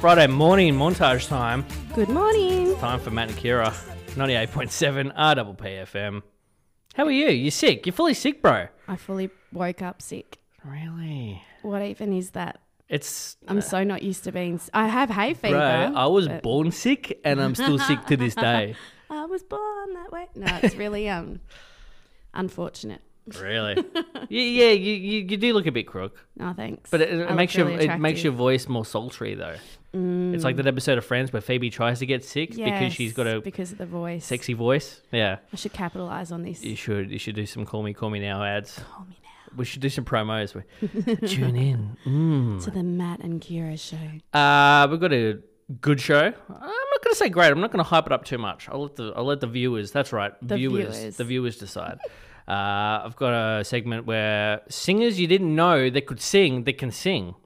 Friday morning montage time. Good morning. Time for Matt and Kira. 98.7 RPPFM. How are you? You sick? You're fully sick, bro. I fully woke up sick. Really? What even is that? It's. I'm so not used to being. s- I have hay fever. Bro, I was but born sick and I'm still sick to this day. I was born that way. No, it's really um, unfortunate. Really? yeah, yeah you, you, you do look a bit crook. No thanks. But it, it I makes look your really it makes your attractive. voice more sultry though. It's like that episode of Friends where Phoebe tries to get sick because she's got Yes, a because of the voice. sexy voice. Yeah, I should capitalize on this. you should you should do some call me call me now ads. Call me now We should do some promos. We- Tune in. Mm. to the Matt and Kira show. Uh, we've got a good show. I'm not going to say great. I'm not going to hype it up too much. I'll let the I'll let the viewers. That's right, The viewers, viewers. The viewers decide. uh, I've got a segment where singers you didn't know that could sing that can sing.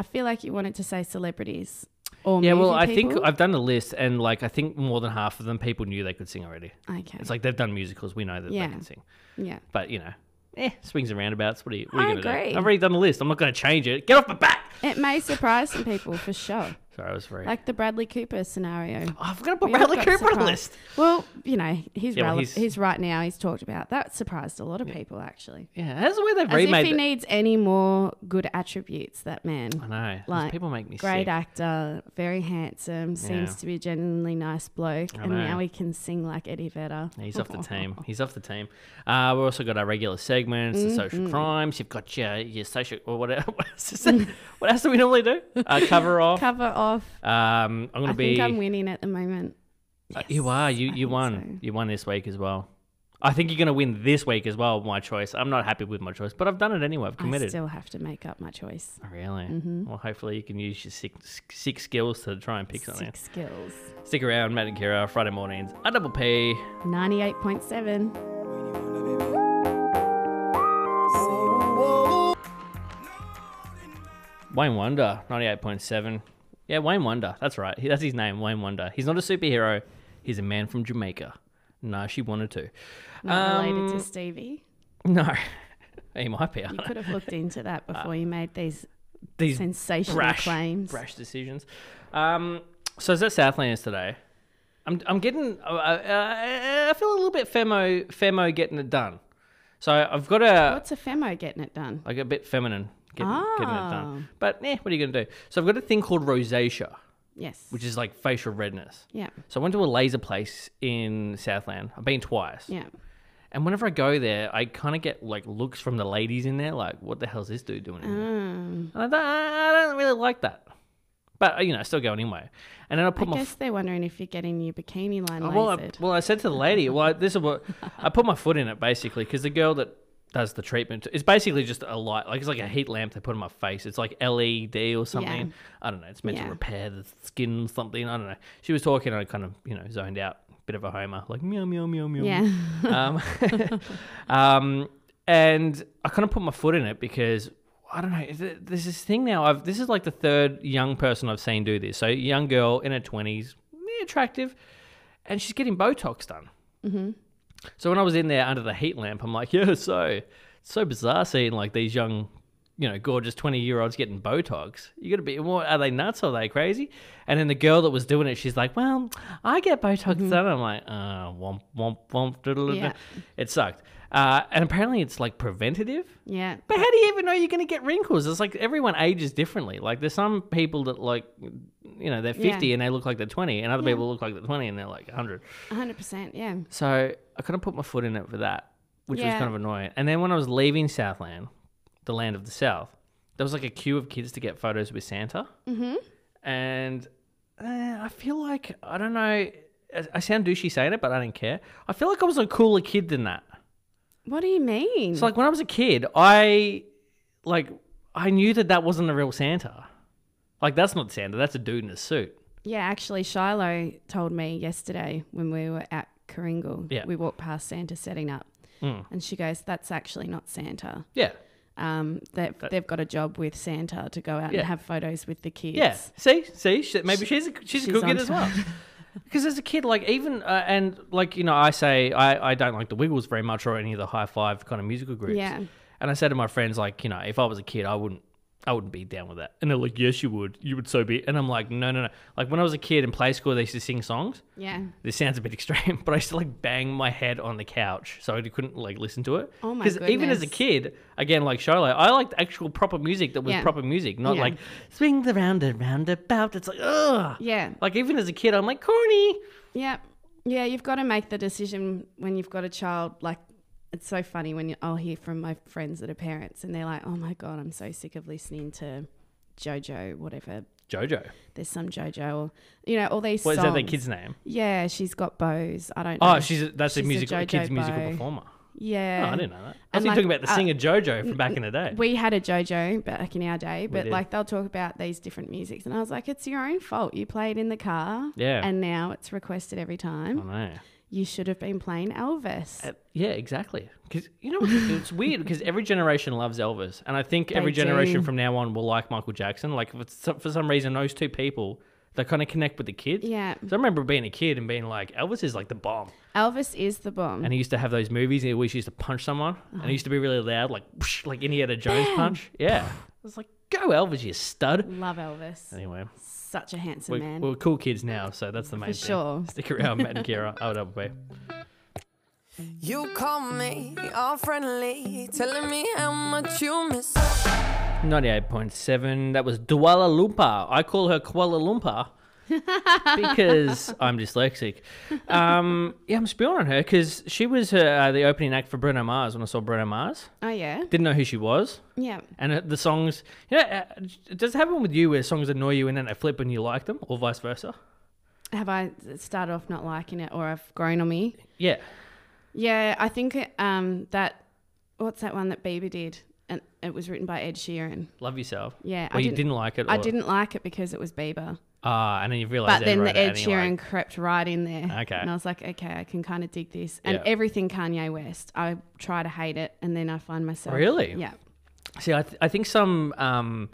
I feel like you wanted to say celebrities or Yeah, well, movie I think people. I've done a list, and like I think more than half of them people knew they could sing already. okay. It's like they've done musicals. We know that Yeah. they can sing, yeah. but you know, eh, swings and roundabouts. What are you? What are you I gonna agree. Do? I've already done the list. I'm not going to change it. Get off my back. It may surprise some people for sure. Sorry, I was very. Like the Bradley Cooper scenario. Oh, I've got to put We all Bradley got Cooper on the list. surprised. Well, you know, he's, Yeah, well, rele- he's- he's right now. He's talked about that surprised a lot of people actually. Yeah, that's the way they've As remade. if he the- needs any more good attributes, that man. I know. These like, people make me Great sick. actor, very handsome, seems Yeah. to be a genuinely nice bloke, I and know. now he can sing like Eddie Vedder. Yeah, He's off the team. He's off the team. Uh, we've also got our regular segments, the Mm-hmm. social crimes. You've got your, your social or whatever. What else, is it? what else do we normally do? Uh, cover off. Cover off. Um, I'm gonna I be. think I'm winning at the moment. Uh, You are. You I you think won. You won this week as well. I think you're going to win this week as well. My choice. I'm not happy with my choice, but I've done it anyway. I've I committed. still Mm-hmm. have to make up my choice. Oh, really? Well, hopefully you can use your six, six skills to try and pick something. Six skills. Stick around, Matt and Kira. Friday mornings. A double P. 98.7. Wayne Wonder. Ninety-eight point seven. Yeah, Wayne Wonder. That's right. He- That's his name. Wayne Wonder. He's not a superhero. He's a man from Jamaica. No, she wanted to. Not related Um, to Stevie. No, he might be. I You don't could have looked into that uh, before you made these These sensational brash, claims. brash decisions. Um, so is that Southlanders today? I'm, I'm getting. Uh, uh, I feel a little bit femo femo getting it done. So I've got a What's Oh, a femo getting it done? like a bit feminine getting, getting it done. Ah. But eh, what are you gonna do? So I've got a thing called rosacea, Yes. which is like facial redness. yeah. So I went to a laser place in Southland. I've been twice. Yeah. And whenever I go there, I kind of get like looks from the ladies in there, like, "What the hell's this dude doing?" in here?" Um, And I don't, I don't really like that. But, you know, I still go anyway. And then I I put my. guess they're wondering if you're getting your bikini line f- Uh, well, I, lasered. well, I said to the lady, well, I- this is what. I put my foot in it, basically, because the girl that does the treatment, it's basically just a light. Like, it's like a heat lamp they put on my face. It's like LED or something. I don't know. It's meant to Yeah. repair the skin or something. I don't know. She was talking, and I kind of, you know, zoned out. Bit of a homer, like meow, meow, meow, meow. yeah. Um, um, and I kind of put my foot in it because I don't know. th- There's this thing now. I've this is like the third young person I've seen do this. So young girl in her twenties, attractive, and she's getting Botox done. Mm-hmm. So when I was in there under the heat lamp, I'm like, yeah, so it's so bizarre seeing like these young. You know, gorgeous twenty-year-olds getting Botox. You gotta be. What are they nuts? Are they crazy? And then the girl that was doing it, she's like, "Well, I get Botox done." I'm like, "Uh, womp womp womp." diddle Mm-hmm. Yeah. It sucked. Uh, and apparently, it's like preventative. Yeah. But how do you even know you're going to get wrinkles? It's like everyone ages differently. Like there's some people that like, you know, they're 50 Yeah. and they look like they're 20, and other people look like they're 20 and they're like 100. 100%. Yeah. So I kind of put my foot in it for that, which was Yeah. kind of annoying. And then when I was leaving Southland, the land of the South, there was like a queue of kids to get photos with Santa. Mm-hmm. And uh, I feel like I don't know. I I sound douchey saying it, but I don't care. I feel like I was a cooler kid than that. What do you mean? So like when I was a kid, I like I knew that that wasn't a real Santa. Like that's not Santa. That's a dude in a suit. yeah, actually, Shiloh told me yesterday when we were at Coringle, Yeah. Mm. we walked past Santa setting up. And she goes, that's actually not Santa. Yeah. Um, they've, they've got a job with Santa to go out Yeah. and have photos with the kids. Yeah. See, see, she, maybe she's a, she's, a she's good kid on as well. Because as a kid, like even uh, and like you know, I say I I don't like the Wiggles very much or any of the high five kind of musical groups. Yeah. And I said to my friends, like you know, if I was a kid, I wouldn't. I wouldn't be down with that. And they're like, yes, you would. You would so be. And I'm like, no, no, no. Like when I was a kid in play school, they used to sing songs. Yeah. This sounds a bit extreme, but I used to like bang my head on the couch so I couldn't like listen to it. Oh my even as a goodness. kid, again like Charlotte, I liked actual proper music that was Yeah. proper music, not Yeah. like swing the round and round about. It's like ugh. Yeah. Like even as a kid, I'm like corny. Yeah. Yeah, you've got to make the decision when you've got a child. Like, it's so funny when you, I'll hear from my friends that are parents and they're like, oh my God, I'm so sick of listening to JoJo, whatever. Jojo. There's some JoJo, or, you know, all these What is songs. that? The kid's name? Yeah, she's got bows. I don't know. Oh, she's a, that's She's a a musical, a, JoJo kid's musical bow. performer. Yeah. Oh, I didn't know that. I And, was like, talking about the uh, singer JoJo from back in the day. We had a JoJo back in our day, but did. like they'll talk about these different musics, and I was like, "It's your own fault. You played in the car, Yeah. and now it's requested every I time. know. You should have been playing Elvis." Uh, yeah, exactly. Because you know it's, it's weird because every generation loves Elvis, and I think every They generation do. from now on will like Michael Jackson. Like if it's, for some reason, those two people they kind of connect with the kids. yeah, So I remember being a kid and being like, Elvis is like the bomb, Elvis is the bomb. and he used to have those movies and he always used to punch someone, and Uh-huh. he used to be really loud, like whoosh, like Indiana Jones punch. Yeah, I was like, go Elvis, you stud. Love Elvis. Anyway, Such a handsome we're, man. we're cool kids now, so that's the main for thing. sure. Stick around, Matt and Kira. I would up way. You call me all friendly, telling me how much you miss. 98.7. That was Dwala Lupa. I call her Kuala Lumpur because I'm dyslexic. Um, yeah, I'm spewing on her because she was uh, uh, the opening act for Bruno Mars when I saw Bruno Mars. Oh yeah, Didn't know who she was. yeah. And uh, the songs, you know, uh, does it happen with you where songs annoy you and then they flip and you like them or vice versa? Have I started off not liking it, or I've grown on me? Yeah. Yeah, I think um, that. What's that one that Bieber did? And it was written by Ed Sheeran. Love yourself. Yeah, Or you didn't like it. Or, I didn't like it because it was Bieber. Ah, and then you realize. But then the Ed Sheeran crept right in there. Okay. And I was like, okay, I can kind of dig this. And Yeah. everything Kanye West, I try to hate it and then I find myself. Really? Yeah. See, I, th- I think some um,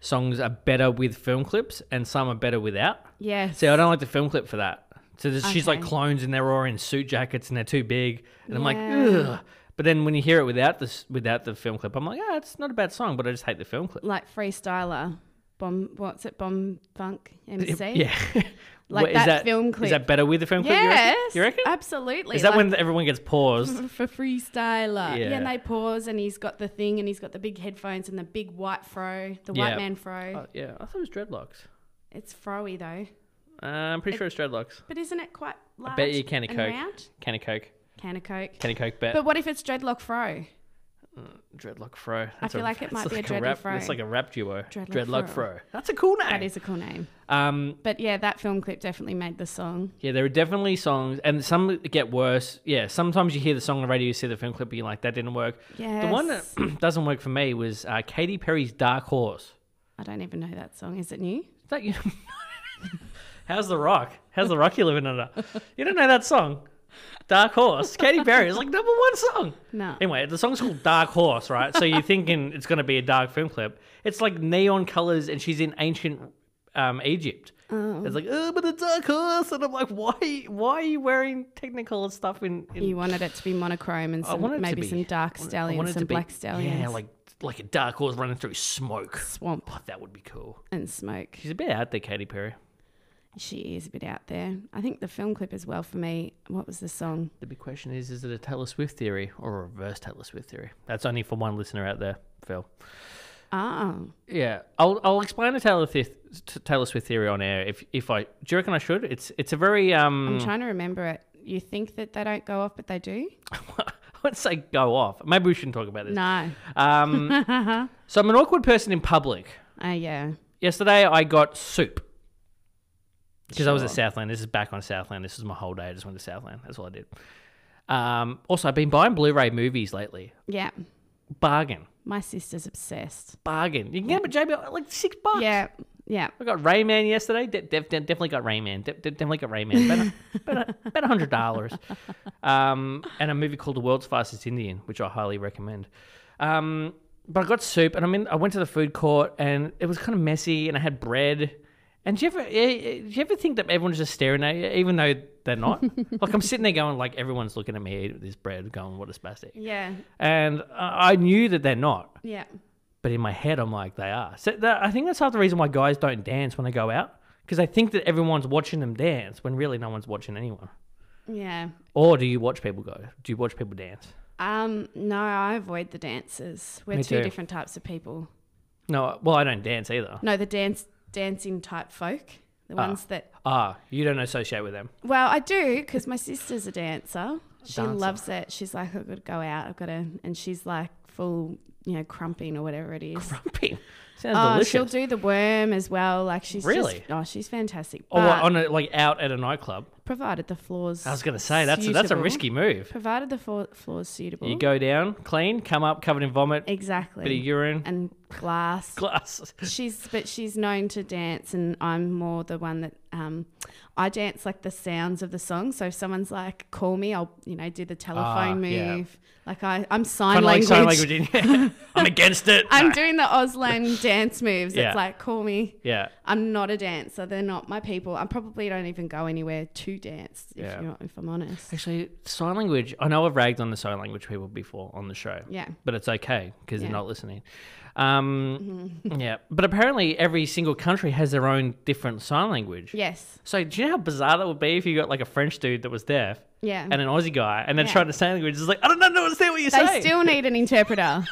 songs are better with film clips and some are better without. Yes. See, I don't like the film clip for that. So there's, she's like Okay. clones and they're all in suit jackets and they're too big. And I'm like, Yeah. ugh. But then when you hear it without this, without the film clip, I'm like, ah, it's not a bad song, but I just hate the film clip. like Freestyler, Bomb, what's it, Bomb Funk MC? Yeah. Like What, is that film Is clip. that better with the film clip? you reckon? Yes. You reckon? Absolutely. Is that Like, when everyone gets paused? For freestyler, yeah. Yeah. and they pause, and he's got the thing, and he's got the big headphones and the big white fro, the Yeah. white man fro. Oh, yeah, I thought it was dreadlocks. It's froey though, Uh, I'm pretty sure it's dreadlocks. but isn't it quite large? Bet you can of and coke. round? Can of coke. Can of coke. Can of coke bet. But what if it's dreadlock fro? Dreadlock Fro. feel like it that's might be a like dreaded rap, fro. It's like a rap duo. Dreadlock, Dreadlock fro. fro. That's a cool name. That is a cool name. Um, But yeah, that film clip definitely made the song. yeah, there are definitely songs, and some get worse. Yeah, sometimes you hear the song on the radio, you see the film clip, and you're like, that didn't work. The one Yes. that doesn't work for me was uh, Katy Perry's Dark Horse. I don't even know that song. Is it new? Is that you? How's the rock? How's the rock you living under? You don't know that song. Dark Horse, Katy Perry. It's like number one song. No. Anyway, the song's called Dark Horse, right? So you're thinking it's going to be a dark film clip. It's like neon colors, and she's in ancient um, Egypt. It's like, oh, but a dark horse, and I'm like, why? Why are you wearing technicolor stuff in? in You wanted it to be monochrome and wanted it to some, maybe be- some dark I want it stallions, to some be- black stallions, Yeah, like like a dark horse running through smoke. swamp Oh, that would be cool. and smoke. She's a bit out there, Katy Perry. She is a bit out there. I think the film clip as well for me. What was the song? The big question is: Is it a Taylor Swift theory or a reverse Taylor Swift theory? That's only for one listener out there, Phil. Oh, Yeah, I'll I'll explain the Taylor, Thith- t- Taylor Swift theory on air if if I do you reckon I should? It's it's a very I'm um. trying to remember it. You think that they don't go off, but they do? I would say go off. Maybe we shouldn't talk about this. No. Um, uh, so I'm an awkward person in public. yeah. Yesterday I got soup because I was at Sure. Southland. This is back on Southland. This is my whole day. I just went to Southland. That's all I did. Um, also, I've been buying Blu-ray movies lately. Yeah. Bargain, My sister's obsessed. bargain. You can get them at JBL like six bucks. Yeah. Yeah. I got Rayman yesterday. De- de- de- definitely got Rayman. De- de- definitely got Rayman. About about- about a hundred dollars. Um, and a movie called The World's Fastest Indian, which I highly recommend. Um, but I got soup, and I mean, I went to the food court, and it was kind of messy, and I had bread. And do you ever, eh, eh, do you ever think that everyone's just staring at you, even though they're not? like I'm sitting there going, like everyone's looking at me eat this bread, going, what a spastic. Yeah. And I I knew that they're not. Yeah. But in my head, I'm like, they are. So that, I think that's half the reason why guys don't dance when they go out because they think that everyone's watching them dance when really no one's watching anyone. Yeah. Or do you watch people go? Do you watch people dance? Um, no, I avoid the dances. We're Me two too. different types of people. No, well, I don't dance either. No, the dance dancing type folk, the ones that. Ah, you don't associate with them. Well, I do because my sister's a dancer. She Dancer. loves it. She's like, I've got to go out. I've got to, and she's like full, you know, crumping or whatever it is. Crumping sounds Oh, delicious. she'll do the worm as well. Like she's just- Really? oh, she's fantastic. or But what, on a, like out at a nightclub. provided the floors. I was gonna say that's a, that's a suitable. risky move. Provided the floor, floor's suitable. You go down, clean, come up covered in vomit, exactly. bit of urine, and glass. glass. She's but she's known to dance, and I'm more the one that um, I dance like the sounds of the song. So if someone's like, "Call me," I'll you know do the telephone Ah, move. yeah. Like I, I'm sign Kind of like language. sign language. in- I'm against it. I'm No. doing the Auslan dance moves. Yeah. It's like, "Call me." yeah. I'm not a dancer. They're not my people. I probably don't even go anywhere to dance. If, Yeah. you're, if I'm honest. Actually, sign language. I know I've ragged on the sign language people before on the show. Yeah. but it's okay because Yeah. they're not listening. Um, yeah, but apparently every single country has their own different sign language. Yes. So do you know how bizarre that would be if you got like a French dude that was deaf Yeah. and an Aussie guy, and then Yeah. tried to sign language? It's like I don't know, understand what you're they saying. still need an interpreter.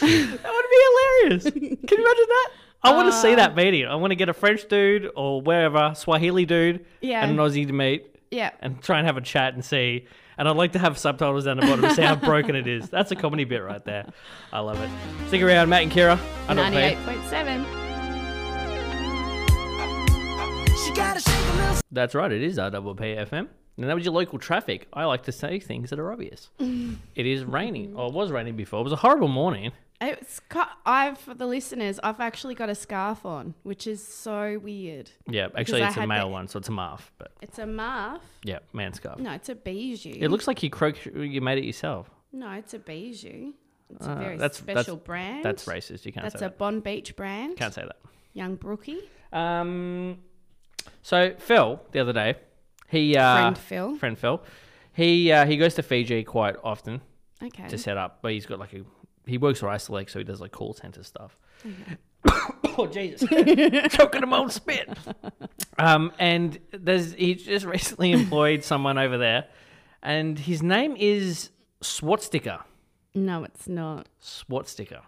that would be hilarious. Can you imagine that? I want to see Uh, that meeting. I want to get a French dude or wherever Swahili dude Yeah. and an Aussie to meet yeah. and try and have a chat and see. And I'd like to have subtitles down the bottom to see how broken it is. That's a comedy bit right there. I love it. Stick around, Matt and Kira. I don't play. Ninety-eight point seven. She gotta shake a little That's right. It is RWP FM. And that was your local traffic. I like to say things that are obvious. it is raining. Oh, it was raining before. It was a horrible morning. It's co- I've for the listeners. I've actually got a scarf on, which is so weird. Yeah, actually, I it's a had male the- one, so it's a marf. But It's a muff. yeah, man scarf. No, it's a bijou. It looks like you croak. You made it yourself. no, it's a bijou. It's a Uh, very that's- that's- special brand. That's racist. You can't That's say a that. Bond Beach brand. Can't say that. Young Brookie. Um, so Phil the other day, he uh, Friend Phil. friend Phil, he uh, he goes to Fiji quite often Okay. to set up, but he's got like a he works for Isolate, so he does like call center stuff. oh Jesus, choking him on spit. Um, and there's he just recently employed someone over there, and his name is Swatsticker. no, it's not. Swatsticker.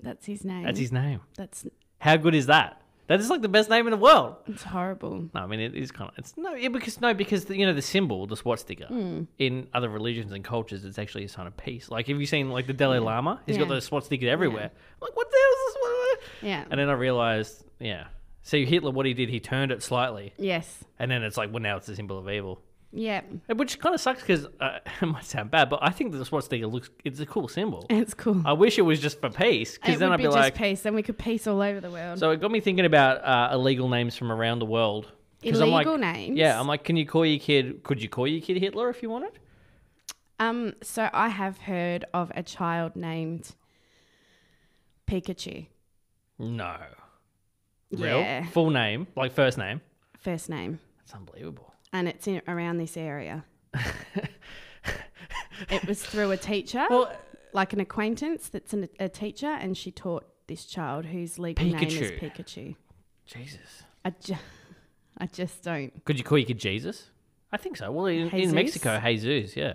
That's his name. That's his name. That's How good is that? That is like the best name in the world. it's horrible. No, I mean it is kind of it's no yeah, because no because the, you know the symbol the swastika Hmm. in other religions and cultures it's actually a sign of peace. Like have you seen like the Dalai Lama? He's got Yeah. those swastikas everywhere. I'm like what the hell is this? What- Yeah. And then I realized yeah. See Hitler, what he did, he turned it slightly, Yes. and then it's like well now it's the symbol of evil, Yeah. And which kind of sucks because uh, it might sound bad, but I think that the swastika looks it's a cool symbol. It's cool. I wish it was just for peace because It Uh, then would I'd be, be, just like. peace, then we could peace all over the world. So it got me thinking about uh, illegal names from around the world. 'Cause I'm like- Illegal names? Yeah, I'm like, can you call your kid? Could you call your kid Hitler if you wanted? um, so I have heard of a child named Pikachu. No. Yeah. Full name, like first name. First name. That's unbelievable. and it's in, around this area. it was through a teacher, Well, like an acquaintance that's an, a teacher, and she taught this child whose legal name is Pikachu. Pikachu. Jesus. I, ju- I just don't. Could you call your kid Jesus? I think so. Well, in, in Jesus? Mexico, Jesus. Yeah.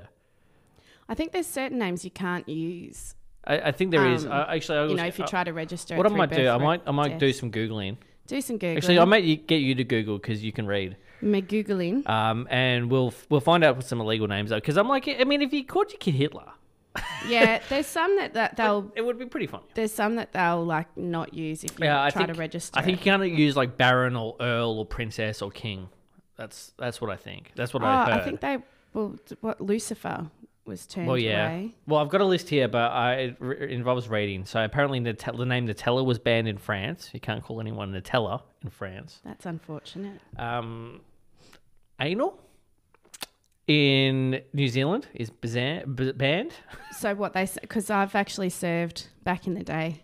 I think there's certain names you can't use. I, I think there is. Um, I, actually, I was, You know, if you I- try to register. it Uh, what I through might do, birth I re- might, I might do test. some googling. do some googling. Actually, I might y- get you to Google because you can read. My googling. Um, and we'll f- we'll find out what some illegal names are. Because I'm like, I mean, if you called your kid Hitler, yeah, there's some that, that they'll. it would be pretty funny. There's some that they'll like not use if you Yeah, I try think, to register. I think you can't use like baron or earl or princess or king. That's that's what I think. That's what it. Oh, I heard. I think they. Well, what Lucifer was turned well, yeah. away. Well, I've got a list here, but I, it r- it involves reading. So apparently, Nutella, the name Nutella was banned in France. You can't call anyone Nutella in France. That's unfortunate. Um, anal in New Zealand is bazan- b- banned. So what they because I've actually served back in the day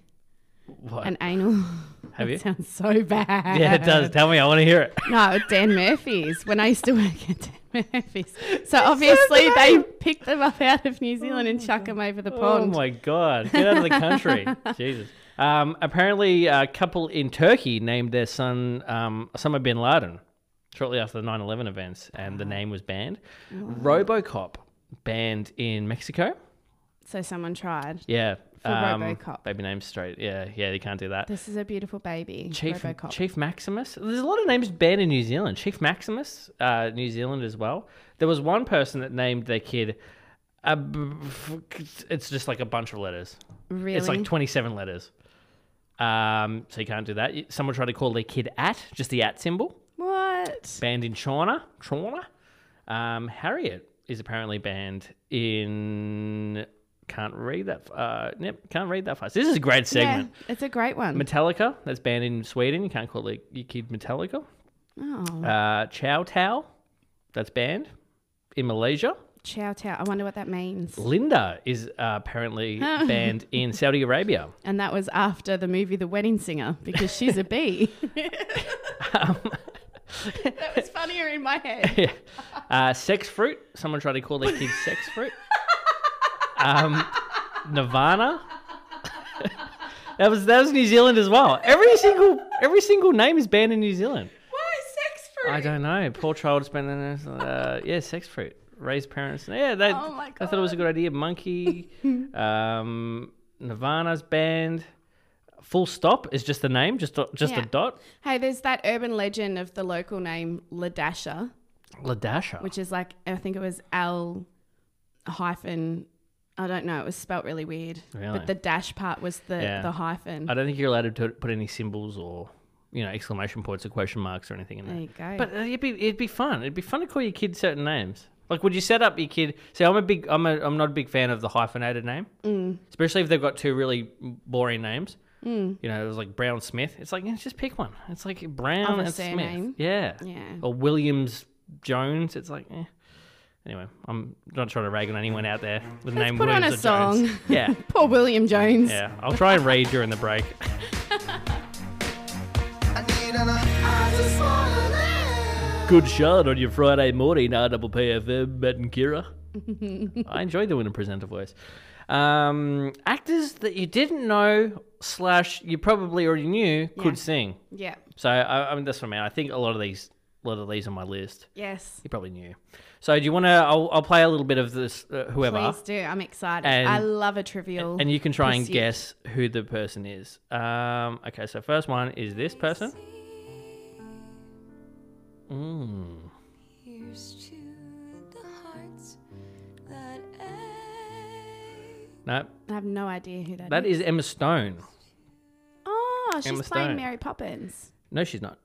What? an anal. Have you? Sounds so bad. Yeah, it does. Tell me, I want to hear it. No, Dan Murphy's when I used to work at Dan Murphy's. So obviously they pick them up out of New Zealand and chuck them over the Oh pond. my god! Get out of the country, Jesus. Um, apparently, a couple in Turkey named their son um, Osama bin Laden shortly after the 9 11 events, and the name was banned. Robocop banned in Mexico. So someone tried. Yeah. um, For Robocop. Baby names straight. Yeah, yeah, you can't do that. This is a beautiful baby. Chief Robocop. Chief Maximus. There's a lot of names banned in New Zealand. Chief Maximus, uh, New Zealand as well. There was one person that named their kid. A b- f- it's just like a bunch of letters. really? It's like 27 letters. Um, so you can't do that. Someone tried to call their kid at, just the at symbol. what? Banned in China. China. Um, Harriet is apparently banned in. Can't read that. Uh, yep, can't read that fast. This is a great segment. Yeah, it's a great one. Metallica, that's banned in Sweden. You can't call it your kid Metallica. oh, Uh, Chow Tao, that's banned in Malaysia. chow chow. I wonder what that means. Linda is uh, apparently banned in Saudi Arabia. And that was after the movie The Wedding Singer because she's a bee. Um, that was funnier in my head. Yeah. Uh, sex fruit. Someone tried to call their kid sex fruit. Um, Nirvana. that was that was New Zealand as well. Every single every single name is banned in New Zealand. Why sex fruit? I don't know. Poor child spending uh, yeah, sex fruit. Raised parents. Yeah, they, Oh my they thought it was a good idea. Monkey, um, Nirvana's band. Full stop is just the name, just a, just Yeah. a dot. Hey, there's that urban legend of the local name Ladasha, Ladasha. which is like I think it was L hyphen. I don't know. It was spelt really weird. Really? But the dash part was the Yeah. the hyphen. I don't think you're allowed to put any symbols or you know exclamation points or question marks or anything in there. There you go. But uh, it'd be it'd be fun. It'd be fun to call your kid certain names. Like, would you set up your kid? See, I'm a big, I'm a, I'm not a big fan of the hyphenated name, mm. especially if they've got two really boring names. Mm. You know, it was like Brown Smith. It's like yeah, just pick one. It's like Brown Of a and Smith. surname. Yeah. Yeah. Or Williams Jones. It's like. Eh. Anyway, I'm not trying to rag on anyone out there with the name put on Williams a or Jones. song. Yeah, Poor William Jones. yeah. I'll try and read during the break. I need an I just wanna live. Good shot on your Friday morning, RPPFM, Matt and Kira. I enjoy doing a presenter voice. Um, actors that you didn't know slash you probably already knew could sing. Yeah. So I, I mean, that's what I mean. I think a lot of these, a lot of these on my list, Yes. you probably knew. So do you want to? I'll, I'll play a little bit of this, uh, whoever, Please do. I'm excited. And- I love a trivial. and you can try and Pursuit. guess who the person is. Um, okay, so first one is this person. Mm. Here's to the hearts that ache. No, I have no idea who that is Emma Stone. Oh, she's Emma playing Stone. Mary Poppins. No, she's not.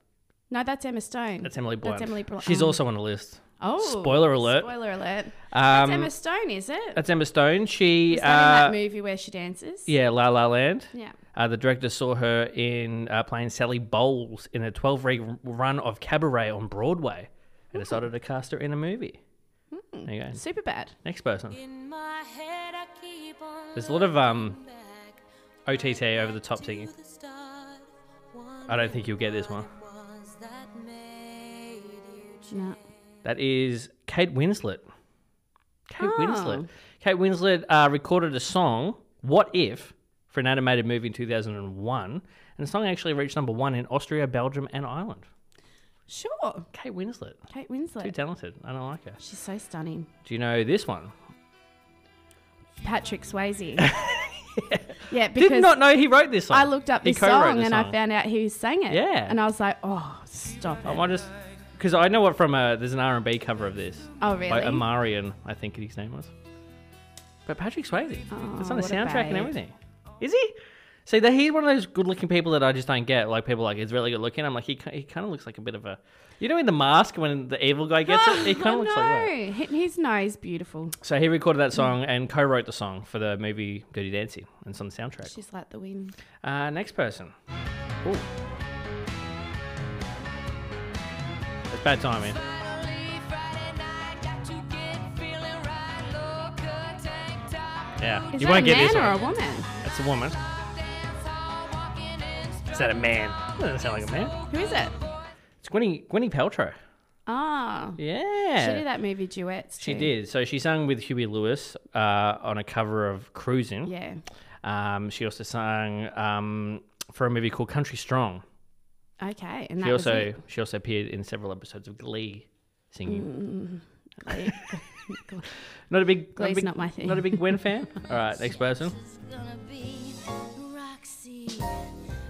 No, that's Emma Stone. That's Emily Blunt. That's Emily Blunt. She's Oh. also on the list. Oh, Spoiler alert. Spoiler alert. Um, That's Emma Stone, is it? that's Emma Stone. She, Is uh, that in that movie where she dances? yeah, La La Land. Yeah. Uh, the director saw her in uh, playing Sally Bowles in a 12 week run of Cabaret on Broadway and decided to cast her in a movie. Hmm. There you go. Super bad. Next person. In my head, I keep on There's a lot of um, looking back OTT over the top singing. to the start. I don't think you'll get this one. Wondering what it was that made you No. That is Kate Winslet. Kate Oh. Winslet. Kate Winslet uh, recorded a song, What If, for an animated movie in 2001. And the song actually reached number one in Austria, Belgium, and Ireland. Sure. Kate Winslet. Kate Too Winslet. talented. I don't like her. She's so stunning. Do you know this one? Patrick Swayze. yeah. because Did not know he wrote this song. I looked up He this co-wrote song the and I found out who sang it. Yeah. And I was like, oh, stop it. I might just because I know what from a there's an R and B cover of this oh, by really? Amarian, I think his name was. But Patrick Swayze, Oh, it's on the what a soundtrack and babe. everything. Is he? See, that he's one of those good-looking people that I just don't get. Like people are like he's really good looking. I'm like he ki- he kind of looks like a bit of a, you know, in the mask when the evil guy gets it, he kind of Oh, no. looks like that. Hi- His nose beautiful. So he recorded that song and co-wrote the song for the movie Dirty Dancing, and it's on the soundtrack. She's like the wind. Uh, next person. Ooh. It's bad timing. Finally, Friday night, got to get feeling right. Look, a tank top, Yeah. Is you that won't a get man this or one. a woman? That's a woman. dance hall, walking in Is that a man? Doesn't sound like a man. Who is it? It's Gwynny, Gwynny Paltrow. Ah. Yeah. She did that movie duets. Uh, She too. did. So she sang with Huey Lewis uh, on a cover of Cruising. Yeah. Um, she also sang um, for a movie called Country Strong. Okay, and that She was also it. Mm. she also appeared in several episodes of Glee, singing. Like, Not a big, not a Glee's big, not my thing. Not a big Gwen fan. All right, next person. gonna be Roxy.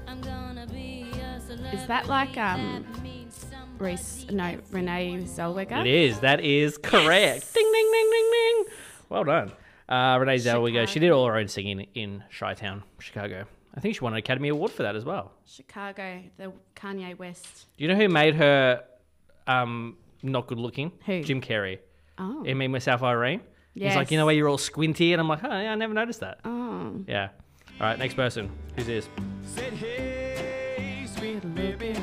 I'm gonna be a celebrity. is that like um means some Reese? No, Renee Zellweger. It is. That is correct. Ding, ding, ding, ding, ding. Well done. Uh, Renee Zellweger. She did all her own singing in Chi Town, Chicago. I think she won an Academy Award for that as well. Chicago, the Kanye West. Do you know who made her um, not good looking? Who? Jim Carrey. Oh, In Me, Myself, Irene. He's like, Yes. you know where you're all squinty? And I'm like, oh, yeah, I never noticed that. oh, Yeah. All right, next person. Who's this? Said, hey, sweet baby,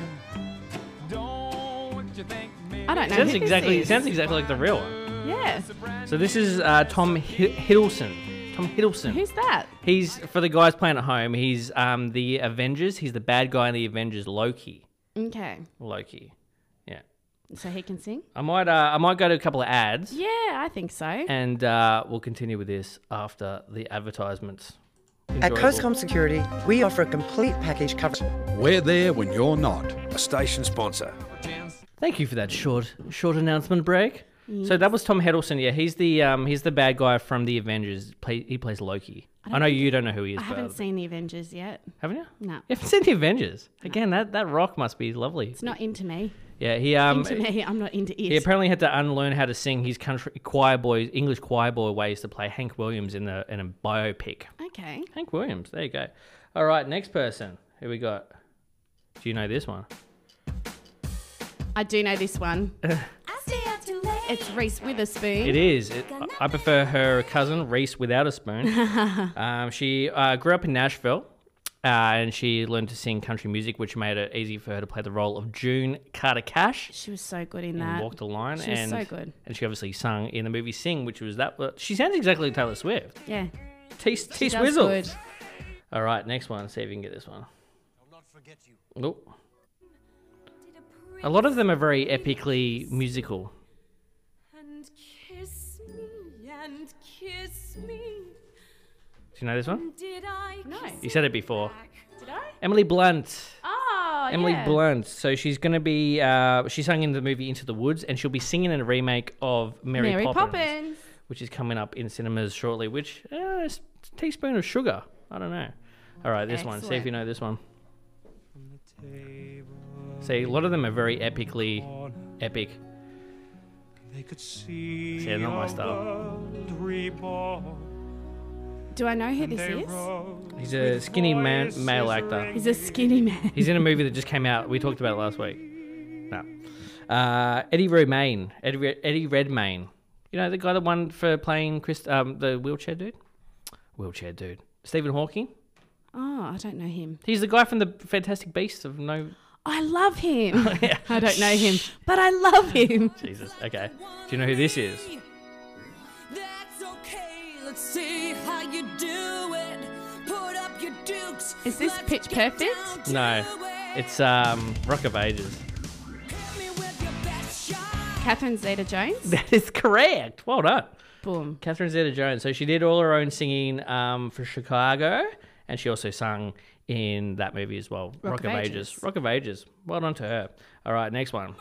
don't you think maybe I don't know. Sounds who this exactly, is. sounds exactly like the real one. Yeah, So this is uh, Tom Hi- Hiddleston. Tom Hiddleston. who's that? He's for the guys playing at home. He's um the Avengers. He's the bad guy in the Avengers. Loki. Okay, Loki. Yeah. so he can sing. I might uh, I might go to a couple of ads Yeah, I think so. and uh, we'll continue with this after the advertisements. At Enjoyable. Coscom Security, we offer a complete package coverage. We're there when you're not. A station sponsor. Thank you for that short short announcement break. So that was Tom Hiddleston. Yeah, he's the um he's the bad guy from the Avengers. Play, he plays Loki. I, know you don't know who he is. I but- haven't seen the Avengers yet. haven't you? No. You haven't seen the Avengers. Again, that, that rock must be lovely. It's not into me. Yeah, he um Into me, I'm not into He it. apparently had to unlearn how to sing his country choir boys, English choir boy ways to play Hank Williams in the in a biopic. okay. Hank Williams, there you go. All right, next person. Who we got? Do you know this one? I do know this one. I stay out too late. It's Reese Witherspoon. It is. It, I prefer her cousin Reese without a spoon. um, she uh, grew up in Nashville, uh, and she learned to sing country music, which made it easy for her to play the role of June Carter Cash. She was so good in And that. walked the line, She was and so good. and she obviously sung in the movie Sing, which was that. She sounds exactly like Taylor Swift. Yeah. T T does Swizzle. good. All right, next one. See if you can get this one. I'll not forget you. A lot of them are very epically musical. And kiss me, and kiss me. Do you know this one? Did I? No. You said it before. Did I? Emily Blunt. Oh, Emily yeah. Blunt. So she's going to be, uh, she sang in the movie Into the Woods, and she'll be singing in a remake of Mary, Mary Poppins, Poppins. which is coming up in cinemas shortly, which uh, is a teaspoon of sugar. I don't know. All right, this one. See if Excellent. you know this one. See, a lot of them are very epically epic. they could see See, not my a style. world reborn? Do I know who this They is? rose He's a with skinny man, voices male actor. He's a skinny man. He's in a movie that just came out. We talked about it last week. No. Uh, Eddie Redmayne. Eddie, Re- Eddie Redmayne. You know, the guy that won for playing Chris, um, the wheelchair dude? Wheelchair dude. Stephen Hawking. Oh, I don't know him. He's the guy from the Fantastic Beasts of no. I love him. I don't know him, but I love him. Jesus. Okay. Do you know who this is? That's okay, let's see how you do it. Put up your dukes. Is this Let's Pitch get Perfect? down to No. it. It's um, Rock of Ages. Hit me with your best shot. Catherine Zeta Jones. That is correct. Well done. Boom. Catherine Zeta Jones. So she did all her own singing um, for Chicago, and she also sung in that movie as well, Rock, of Ages. Rock of Ages. Well done to her. All right, next one.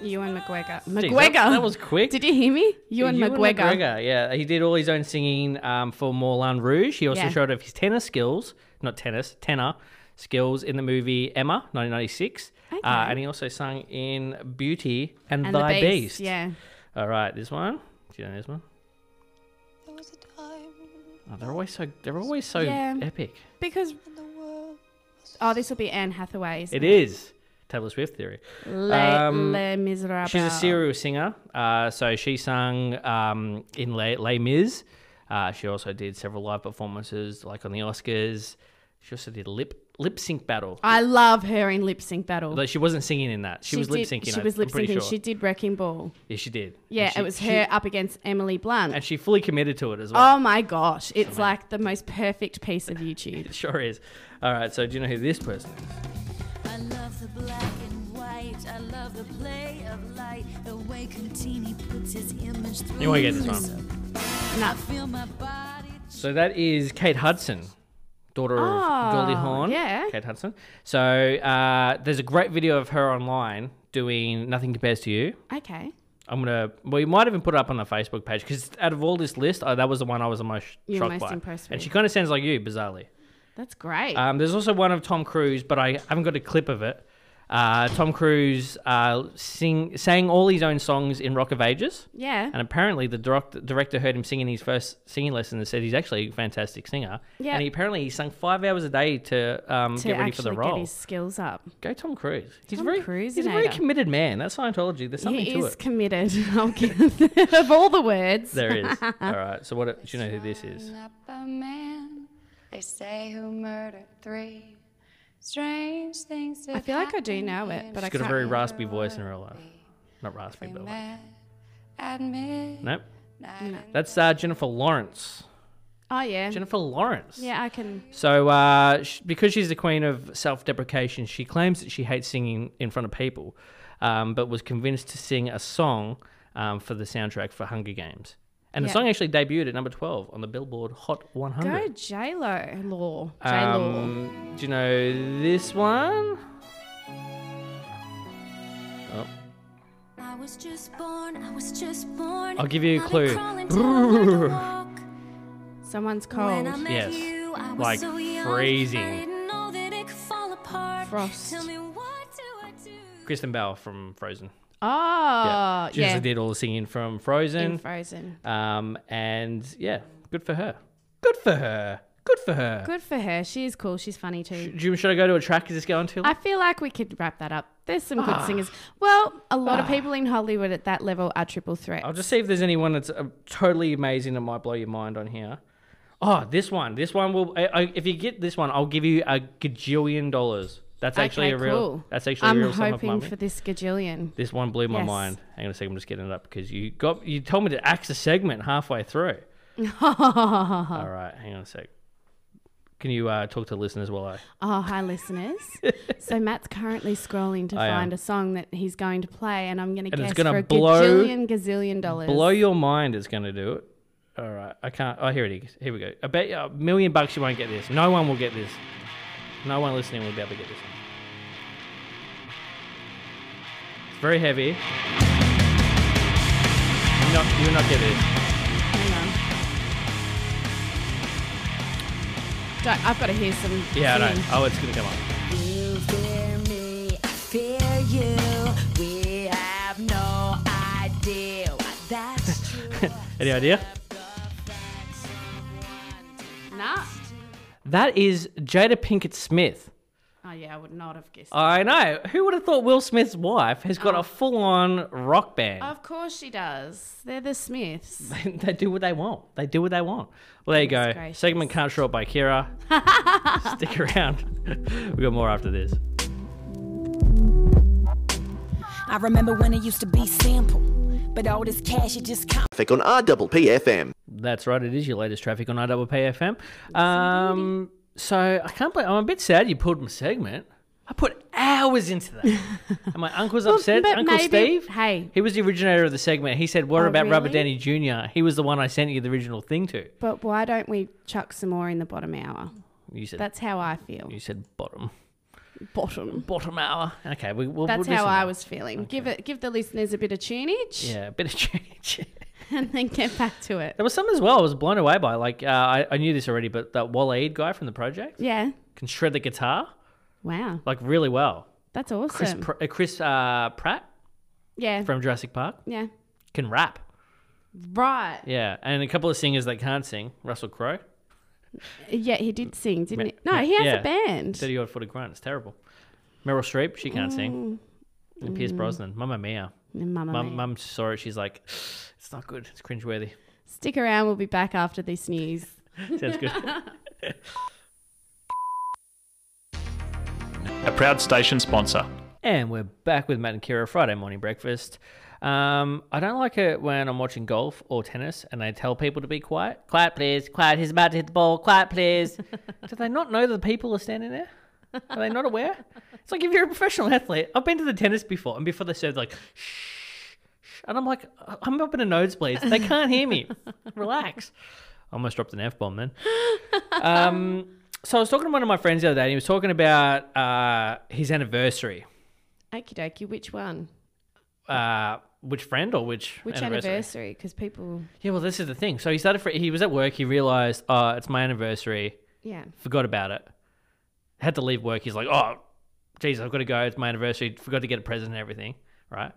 Ewan McGregor. Jeez, McGregor. that- that was quick. Did you hear me? Ewan, McGregor. Yeah, he did all his own singing um, for Moulin Rouge. He also Yeah. showed off his tenor skills, not tennis, tenor skills in the movie Emma, 1996. Okay. Uh, and he also sung in Beauty and, And Thy the Beast. beast. Yeah. All right, this one. Do you know this one? There was a time Oh, they're always so. They're always so Yeah. epic. Because when the world was oh, this will be Anne Hathaway. It is Taylor Swift theory. Le, Um, Les Miserables. She's a serial singer, uh, so she sung um, in Les, Les Mis. Uh, she also did several live performances, like on the Oscars. She also did lip lip sync battle. I love her in Lip Sync Battle. Although she wasn't singing in that, she, was did- lip syncing. Oh. She was lip syncing. Sure. She did Wrecking Ball. yeah, she did. Yeah, And she- it was she- her up against Emily Blunt. and she fully committed to it as well. oh my gosh, it's like the most perfect piece of YouTube. It sure is. All right, so do you know who this person is? I love the black and white. I love the play of light. The way Contini puts his image through. You won't get this one. No, Feel my body So that is Kate Hudson, daughter of Goldie Oh, Hawn. yeah. Kate Hudson. So uh, there's a great video of her online doing Nothing Compares to You. Okay. I'm gonna. Well, you might even put it up on the Facebook page because out of all this list, uh, that was the one I was the most You're shocked most by. impressed And with. she kind of sounds like you, bizarrely. That's great. Um, there's also one of Tom Cruise, but I haven't got a clip of it. Uh, Tom Cruise uh, sing sang all his own songs in Rock of Ages, yeah. and apparently the direct- director heard him singing his first singing lesson and said he's actually a fantastic singer. Yeah. And he apparently he sang five hours a day to, um, to get ready actually for the role. get his skills up. Go Tom Cruise. He's Tom very he's a very Cruise-inator. committed man. That's Scientology. There's something he to is it. committed. I'll give of all the words. There is. All right. So what do you know who this is? Up a man, they say who murdered three. Strange things I feel like I do know it, but I She's can't. got a very raspy voice in real life. Not raspy, but like, Admit nope. That's uh, Jennifer Lawrence. oh yeah, Jennifer Lawrence. yeah, I can. So, uh, sh- because she's the queen of self deprecation, she claims that she hates singing in front of people, um, but was convinced to sing a song um, for the soundtrack for Hunger Games. And the Yeah. song actually debuted at number 12 on the Billboard Hot 100. Go J Lo, law, J Law. Um, do you know this one? I was just born, I was just born. I'll give you a I've been clue. crawling till I learned to walk. Someone's When I cold. met Yes. you, I was Like so young, freezing. I didn't know that it could fall apart. Frost. Tell me what do I do? Kristen Bell from Frozen. Oh yeah, She also did all the singing from Frozen. In Frozen. um, and yeah, good for her. Good for her. Good for her. Good for her. She is cool. She's funny too. Do you, should I go to a track? Is this going too long? I feel like we could wrap that up. There's some Ah. good singers. Well, a lot of people in Hollywood at that level are triple threats. I'll just see if there's anyone that's uh, totally amazing that might blow your mind on here. Oh, this one. This one will. I, I, if you get this one, I'll give you a gajillion dollars. That's actually okay, a real. Cool. That's actually I'm a real sum of hoping money. for this gajillion. this one blew my Yes. mind. Hang on a second. I'm just getting it up because you got. You told me to axe a segment halfway through. All right. Hang on a sec. Can you uh, talk to listeners while I? Oh, hi, listeners. so Matt's currently scrolling to I am. find a song that he's going to play, and I'm going to And it's guess gonna for a blow- gajillion gazillion dollars. Blow your mind is going to do it. All right. I can't. Oh, here it is. Here we go. I bet you a million bucks you won't get this. No one will get this. No one listening will be able to get this. One. It's very heavy. You're not, you're not get this. Hang on. Don't- I've got to hear some. Yeah, I know. singing. Oh, it's going to come on. You fear me, I fear you. We have no idea why that's true. Any idea? Nah. That is Jada Pinkett Smith. Oh yeah, I would not have guessed. I know. Who would have thought Will Smith's wife has Oh. got a full-on rock band? of course she does. They're the Smiths. they do what they want. They do what they want. Well, there you go. Goodness gracious. Segment cut short by Kira. Stick around. we got more after this. I remember when it used to be simple, but all this cash it just comes. Traffic on RPPFM. That's right. It is your latest traffic on IWPFM. Um, so I can't believe I'm a bit sad you pulled my segment. I put hours into that. and my uncle's upset. but Uncle maybe- Steve. hey. He was the originator of the segment. He said, What Oh, about Rubber really? Danny Jr.? He was the one I sent you the original thing to. But why don't we chuck some more in the bottom hour? You said That's how I feel. you said bottom. Bottom. Bottom hour. Okay, we, we'll That's we'll how listen I now. was feeling. Give it, give the listeners a bit of tunage, Yeah, a bit of change. and then get back to it. There was some as well. I was blown away by like uh, I, I knew this already, but that Waleed guy from the project Yeah. can shred the guitar Wow. like really well. That's Chris awesome. Pr- uh, Chris uh, Pratt yeah. from Jurassic Park yeah. can rap. Right. Yeah, and a couple of singers that can't sing. Russell Crowe, Yeah, he did sing, didn't Me- he? No, he has yeah. a band. thirty odd footed grunt. It's terrible. Meryl Streep, she can't sing. And Pierce Mm. Brosnan, Mamma Mia. Mama Mum, mum saw it. She's like, it's not good. It's cringeworthy. Stick around, we'll be back after this news. Sounds good. a proud station sponsor. And we're back with Matt and Kira Friday morning breakfast. Um, I don't like it when I'm watching golf or tennis and they tell people to be quiet. Quiet, please. Quiet. He's about to hit the ball. Quiet, please. Do they not know that the people are standing there? Are they not aware? It's like if you're a professional athlete. I've been to the tennis before, and before they said like shh, shh, and I'm like, I'm up in a nosebleeds. They can't hear me. Relax. almost dropped an F bomb then. um, so I was talking to one of my friends the other day, and he was talking about uh, his anniversary. Okie dokie, which one? Uh, which friend or which Which anniversary? Because people, Yeah, well, this is the thing. So he started. For, he was at work. He realized, oh, it's my anniversary. yeah. Forgot about it. Had to leave work. He's like, oh, geez, I've got to go. It's my anniversary. Forgot to get a present and everything. Right?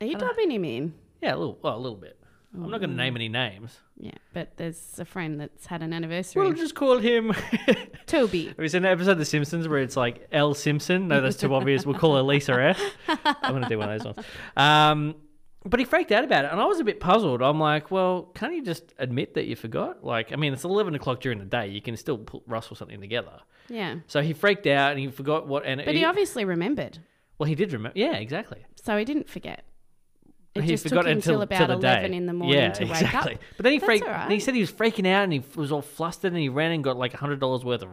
Are you dubbing him in? Yeah, a little. Well, a little bit. I'm not going to name any names. Yeah, but there's a friend that's had an anniversary. We'll just call him. Toby. There was an episode of The Simpsons where it's like L Simpson. No, that's too obvious. We'll call her Lisa F. I'm gonna do one of those ones. Um, but he freaked out about it, and I was a bit puzzled. I'm like, well, can't you just admit that you forgot? Like, I mean, it's 11 o'clock during the day. You can still put rustle something together. Yeah. So he freaked out and he forgot what. And But he obviously remembered. well, he did remember. Yeah, exactly. so he didn't forget. It he just forgot took him until- until till about the day. eleven in the morning yeah, to wake exactly. up. But then he That's freaked. all right. and He said he was freaking out and he f- was all flustered and he ran and got like hundred dollars worth of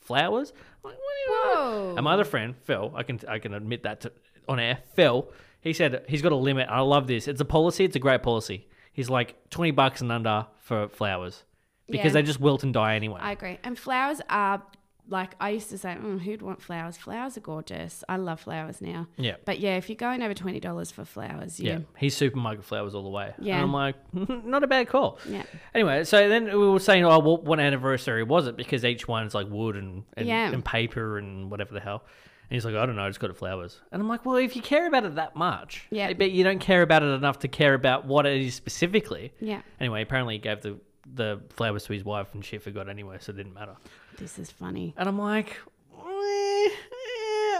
flowers. I'm like, what do you want? Whoa. And my other friend Phil, I can I can admit that to, on air. Phil, he said he's got a limit. I love this. It's a policy. It's a great policy. He's like twenty bucks and under for flowers because Yeah. they just wilt and die anyway. I agree. And flowers are like I used to say, mm, who'd want flowers? Flowers are gorgeous. I love flowers now. Yeah. But yeah, if you're going over twenty dollars for flowers, yeah. yeah. he's supermarket flowers all the way. Yeah. and I'm like, not a bad call. Yeah. Anyway, so then we were saying, oh, what, what anniversary was it? Because each one's like wood and and, Yeah. and paper and whatever the hell. And he's like, I don't know, I just got it flowers. And I'm like, well, if you care about it that much, Yeah. I bet you don't care about it enough to care about what it is specifically. Yeah. Anyway, apparently he gave the the flowers to his wife and she forgot anyway, so it didn't matter. This is funny. And I'm like, eh, eh,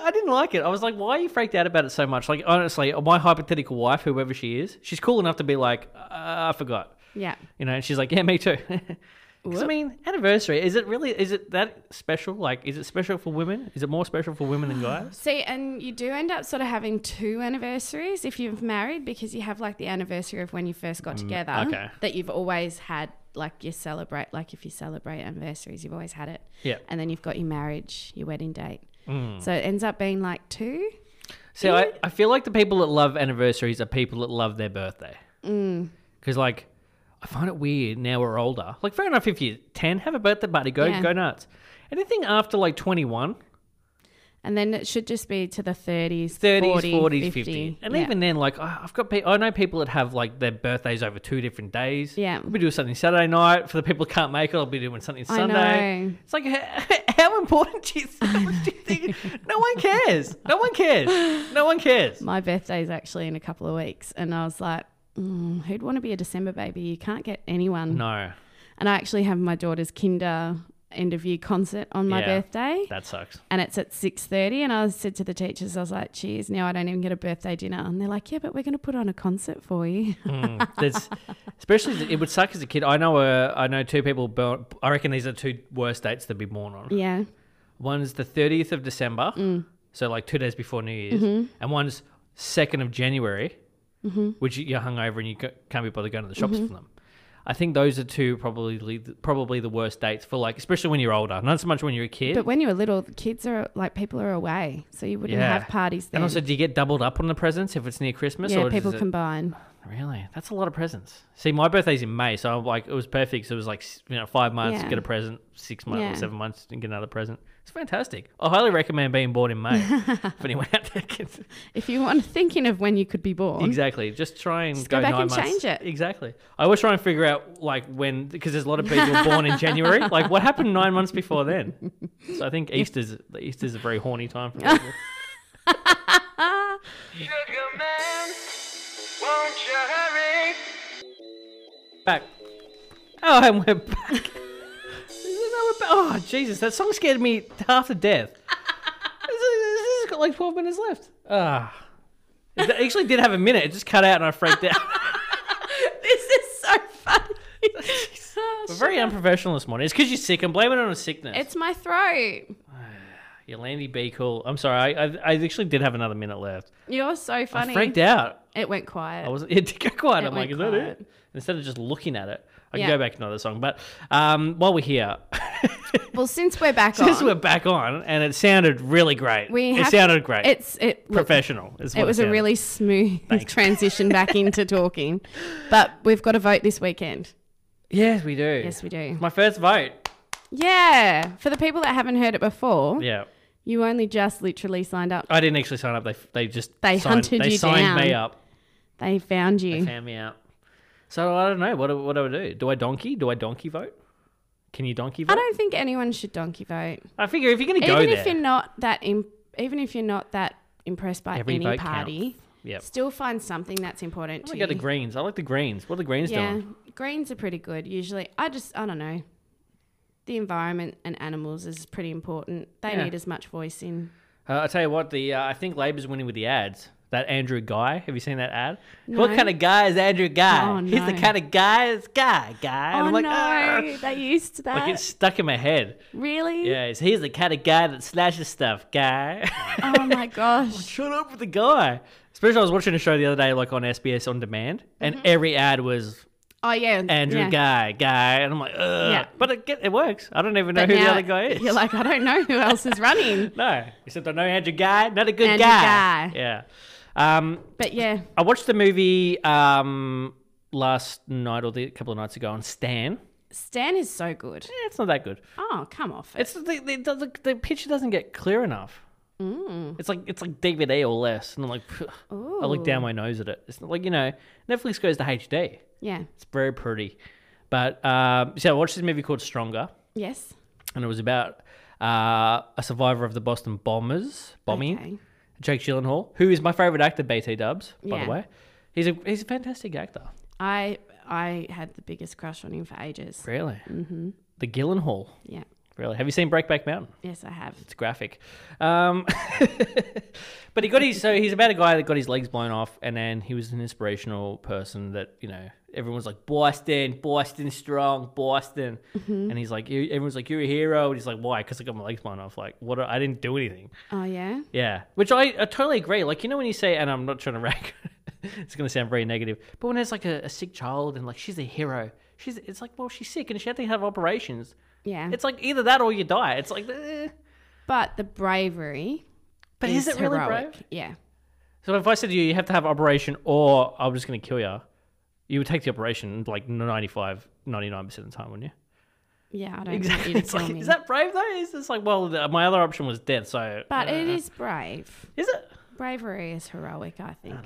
I didn't like it. I was like, why are you freaked out about it so much? Like, honestly, my hypothetical wife, whoever she is, she's cool enough to be like, uh, I forgot. Yeah. You know, and she's like, yeah, me too. 'Cause, I Whoop. mean, anniversary, is it really, is it that special? Like, is it special for women? Is it more special for women than guys? See, and you do end up sort of having two anniversaries if you've married because you have like the anniversary of when you first got together Mm, okay. that you've always had like you celebrate like if you celebrate anniversaries you've always had it. Yeah. Mm. And then you've got your marriage, your wedding date. So it ends up being like two. So I, I feel like the people that love anniversaries are people that love their birthday. Because, like, I find it weird now we're older. Like, fair enough, if you're 10, have a birthday party, go, Yeah. go nuts. Anything after like 21, And then it should just be to the 30s, 30s, 40s, 40s, 50. 50. And Yeah. even then, like, I- I've got, pe- I know people that have like their birthdays over two different days. Yeah. We'll be doing something Saturday night. For the people who can't make it, I'll be doing something I Sunday. know. It's like, h- how important do you, do you think? No one cares. No one cares. No one cares. my birthday is actually in a couple of weeks. And I was like, mm, who'd want to be a December baby? You can't get anyone. No, And I actually have my daughter's kinder end of year concert on my Yeah. birthday. that sucks. and it's at 6.30 and i said to the teachers i was like cheers now i don't even get a birthday dinner and they're like yeah but we're going to put on a concert for you That's especially it would suck as a kid. I know uh, I know two people. Born, I reckon these are two worst dates to be born on. yeah One's the thirtieth of December, Mm. so like two days before New Year's, Mm-hmm. and one's second of January, which you- you're hungover and you ca- can't be bothered going to the Mm-hmm. shops for them. I think those are two probably the- probably the worst dates for like, especially when you're older. Not so much when you're a kid. but when you were little the kids are like people are away so you wouldn't have parties then And also, do you get doubled up on the presents if it's near Christmas? yeah or people does it- combine Really? That's a lot of presents. See, my birthday's in May, so I'm like, it was perfect. So it was like, s- you know, five months, Yeah. get a present, six months, Yeah. seven months, and get another present. It's fantastic. I highly recommend being born in May. if anyone out there can. if you want thinking of when you could be born Exactly. Just try and Just go, go back nine and months. change it. Exactly. I always try and figure out like when, because there's a lot of people born in January. Like, what happened nine months before then? So I think Easter's Easter's a very horny time for people. Sugar man, won't you hurry? back. Oh, and we're back. Isn't that we're back? Oh, Jesus, that song scared me half to death. this, is, this has got like 12 minutes left. Ah. It actually did have a minute. It just cut out and I freaked out. this is so funny We're very unprofessional this morning. It's because you're sick. I'm blaming it on a sickness. it's my throat Yolandi, be cool. I'm sorry. I, I, I actually did have another minute left. you're so funny I freaked out. it went quiet I wasn't. It did go quiet. It I'm like, went is that quiet. it? Instead of just looking at it, I Yeah. can go back to another song. But um, while we're here, well since we're back Since on we're back on, and it sounded really great. we it have- sounded great. it's it look, professional. is what It was a sounded. really smooth Thanks. transition back into talking. But we've got a vote this weekend. Yes, we do. Yes, we do. My first vote. Yeah. For the people that haven't heard it before, Yeah. Oh. you only just literally signed up. I didn't actually sign up. They they just They signed, hunted they you signed me down. up. They found They you. found me out. So I don't know. What do, what do I do? Do I donkey? Do I donkey vote? Can you donkey vote? I don't think anyone should donkey vote. I figure if you're gonna go even there, if you're not that im even if you're not that impressed by Every any vote party, Yep. still find something that's important I'm to gonna you. go the Greens. I like the Greens. What are the Greens yeah, doing? greens are pretty good usually. I just I don't know. The environment and animals is pretty important. They Yeah. need as much voice in. Uh, I tell you what. The uh, I think Labor's winning with the ads. That Andrew Guy. Have you seen that ad? What No. kind of guy is Andrew Guy? Oh, He's the no. kind of guy that's guy guy. And oh I'm like, no, "Ah." they used to that. like it's stuck in my head. really? Yeah, it's, he's the kind of guy that slashes stuff, guy. Oh my gosh. Shut up with the guy. Especially, I was watching a show the other day, like on SBS on demand, and Mm-hmm. every ad was Oh yeah. Andrew yeah. Guy, guy, and I'm like, ugh. Yeah. But it, get- it works. I don't even know But who the now other guy is. You're like I don't know who else is running. no, except I know Andrew Guy, not a good Andrew guy. Guy. Yeah. Um, But yeah, I watched the movie um last night or the, a couple of nights ago on Stan. Stan is so good. Yeah, it's not that good. Oh come off. It's the the, the, the, the picture doesn't get clear enough. Mm. It's like it's like DVD or less, and I'm like, phew, I look down my nose at it. It's not like you know, Netflix goes to HD. yeah. It's very pretty, but um, so I watched this movie called Stronger, Yes. and it was about uh, a survivor of the Boston bombers bombing, Okay. Jake Gyllenhaal, who is my favorite actor, BT Dubs, by Yeah. the way. He's a he's a fantastic actor. I I had the biggest crush on him for ages. Really, mm-hmm. the Gyllenhaal. Yeah. Really, have you seen Breakback Mountain? Yes, I have. It's graphic. Um, but he got his so he's about a guy that got his legs blown off, and then he was an inspirational person that you know everyone's like Boston, Boston strong, Boston, Mm-hmm. and he's like you, everyone's like you're a hero, and he's like why? Because I got my legs blown off. Like what? I didn't do anything. Oh yeah. Yeah, which I, I totally agree. Like you know when you say, and I'm not trying to rank, it's gonna sound very negative. But when there's like a, a sick child and like she's a hero, she's it's like well she's sick and she had to have operations. Yeah. It's like either that or you die. It's like. eh. but the bravery. But is, is, it really heroic. brave? Yeah. So if I said to you, you have to have operation or I'm just going to kill you, you would take the operation like 95, 99% of the time, wouldn't you? Yeah, I don't Exactly. want you to It's kill like, me. is that brave though? It's just like, well, the, my other option was death, so. but uh, it is brave. Is it? Bravery is heroic, I think.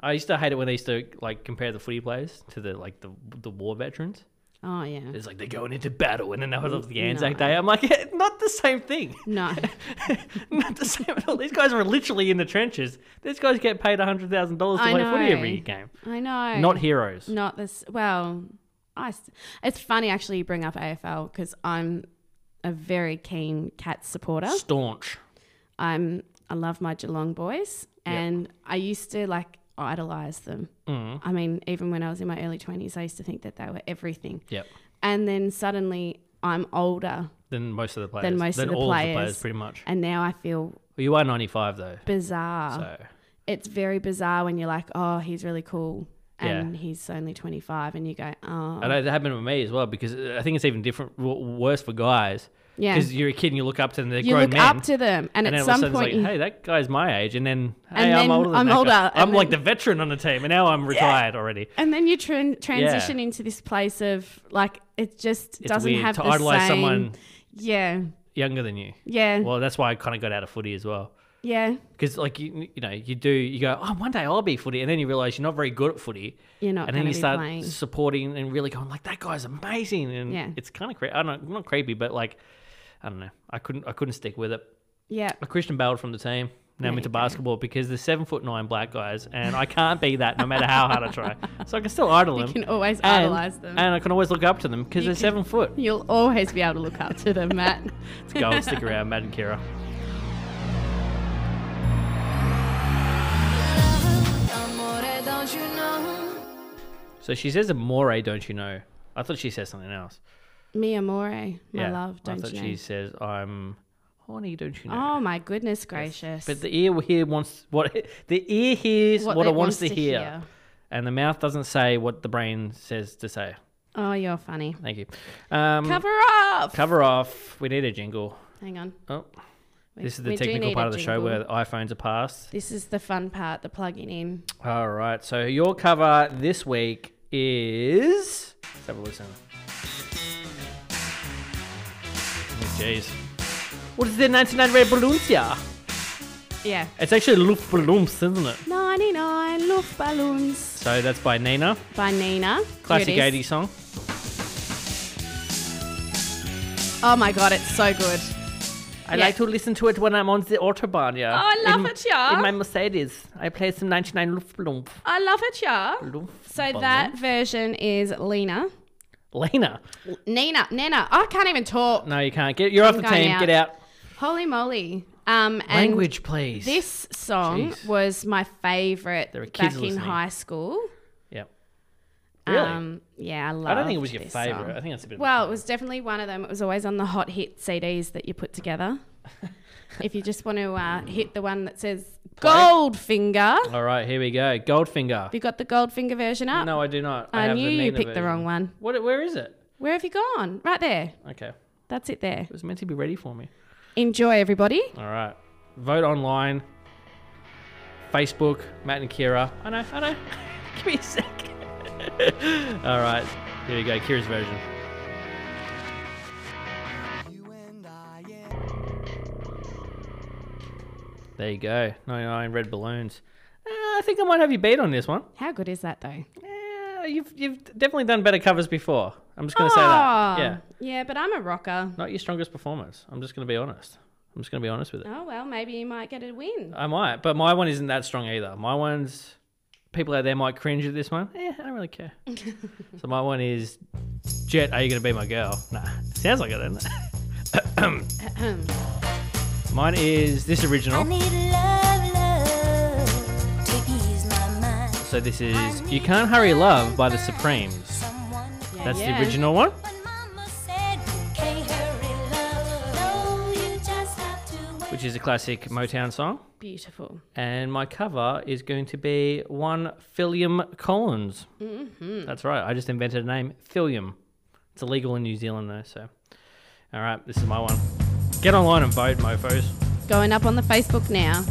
I used to hate it when they used to like compare the footy players to the like the the war veterans. Oh yeah. It's like they're going into battle and then they was the Anzac No. Day. I'm like, "Yeah, not the same thing. No. not the same at all. These guys were literally in the trenches. These guys get paid hundred thousand dollars to I play footy know. every game. I know. Not heroes. Not this. Well, I. s- It's funny actually you bring up AFL because I'm a very keen Cats supporter. Staunch. I'm I love my Geelong boys, and I used to like idolize them. Mm-hmm. I mean, even when I was in my early twenties, I used to think that they were everything. Yep. And then suddenly, I'm older, than most of the players. Than most of the all of the players. players, pretty much. and now I feel Well, you are 95 though, bizarre. so It's very bizarre when you're like, oh, he's really cool, and Yeah. he's only 25, and you go, oh, I know that happened with me as well because uh, I think it's even different, w- worse for guys. Yeah. because you're a kid and you look up to them, they're you grown look men, up to them, and, and then at all of a some sudden point, it's like, hey, that guy's my age, and then hey, And I'm then older. Than I'm that older, guy. and I'm like the then- veteran on the team, and now I'm retired already. and then you tran transition into this place of like it just It's doesn't weird have to the idolize same. someone Yeah, younger than you. yeah, Well, that's why I kind of got out of footy as well. yeah. Because like you, you know, you do you go, oh, one day I'll be footy, and then you realize you're not very good at footy. You're not and then gonna you be start playing. supporting and really going like that guy's amazing, and Yeah. it's kind of creepy. I don't not creepy, but like I don't know. I couldn't I couldn't stick with it. Yeah. I Christian bailed from the team. Now I'm There into you go. basketball because there's seven foot nine black guys, and I can't be that no matter how hard I try. So I can still idol You them. can always um, and- idolize them. and I can always look up to them because You they're seven can- foot. You'll always be able to look up to them, Matt. Let's go and stick around, Matt and Kira. Amore, don't you know? So she says amore, don't you know? I thought she says something else. Mia More, my love, I don't thought you she know? says, "I'm horny, don't you know?" Oh my goodness gracious! But the ear here wants what the ear hears what, it wants, to, hear. and the mouth doesn't say what the brain says to say. Oh, you're funny. Thank you. Um, Cover up. Mm. cover off. We need a jingle. Hang on. Oh, We- this is the we do technical need part a of the show jingle. where the iPhones are passed. This is the fun part, the plugging in. All right. So your cover this week is. Let's have a listen. Oh, Jeez. What is the 99 Red Balloons here? Yeah. It's actually Luft Ballons, isn't it? 99 Luft Balloons So that's by Nina. by Nina. Here it Classic is. 80s song. Oh my god, it's so good. I Yeah. like to listen to it when I'm on the Autobahn, yeah. Oh, I love In- it, yeah. In my Mercedes. I play some 99 Luftballons. I love it, yeah. So that version is Lena. Lena. Nina, Nina. I can't even talk. No, you can't. Get You're off I'm the going team. out. Get out. Holy moly. Um, and Language, please. This song Jeez. was my favorite There are back kids in listening. high school. Yep. Really? Um, yeah, I love. I don't think it was your favorite. I think that's a bit. Well, of it was definitely one of them. It was always on the hot hit CDs that you put together. if you just want to uh, hit the one that says Goldfinger, a... all right, here we go. Goldfinger. have you got the Goldfinger version up? No, I do not. I, have knew the you Nina picked the version. wrong one. What? Where is it? Where have you gone? Right there. Okay, it That's it there. was meant to be ready for me. Enjoy, everybody. All right, vote online. Facebook, Matt and Kira. I know, I know. Give me a second. all right, here you go. Kira's version. There you go. 99 red balloons. Uh, I think I might have you beat on this one. How good is that, though? Yeah, you've you've definitely done better covers before. I'm just gonna say that. Oh, Yeah, Yeah, but I'm a rocker. not your strongest performance. I'm just gonna be honest. I'm just gonna be honest with it. Oh, well, maybe you might get a win. I might, but my one isn't that strong either. My one's people out there might cringe at this one. Yeah, I don't really care. so my one is Jet. Are you gonna be my girl? Nah, sounds like it, doesn't it? Mine is this original. So this is You Can't Hurry Love by the Supremes. That's Yeah. the original one. which is a classic Motown song. Beautiful. And my cover is going to be one Philium Collins. Mm-hmm. That's right. I just invented a name, Philium. It's illegal in New Zealand though. So, all right, this is my one. Get online and vote, mofo's. Going up on the Facebook now.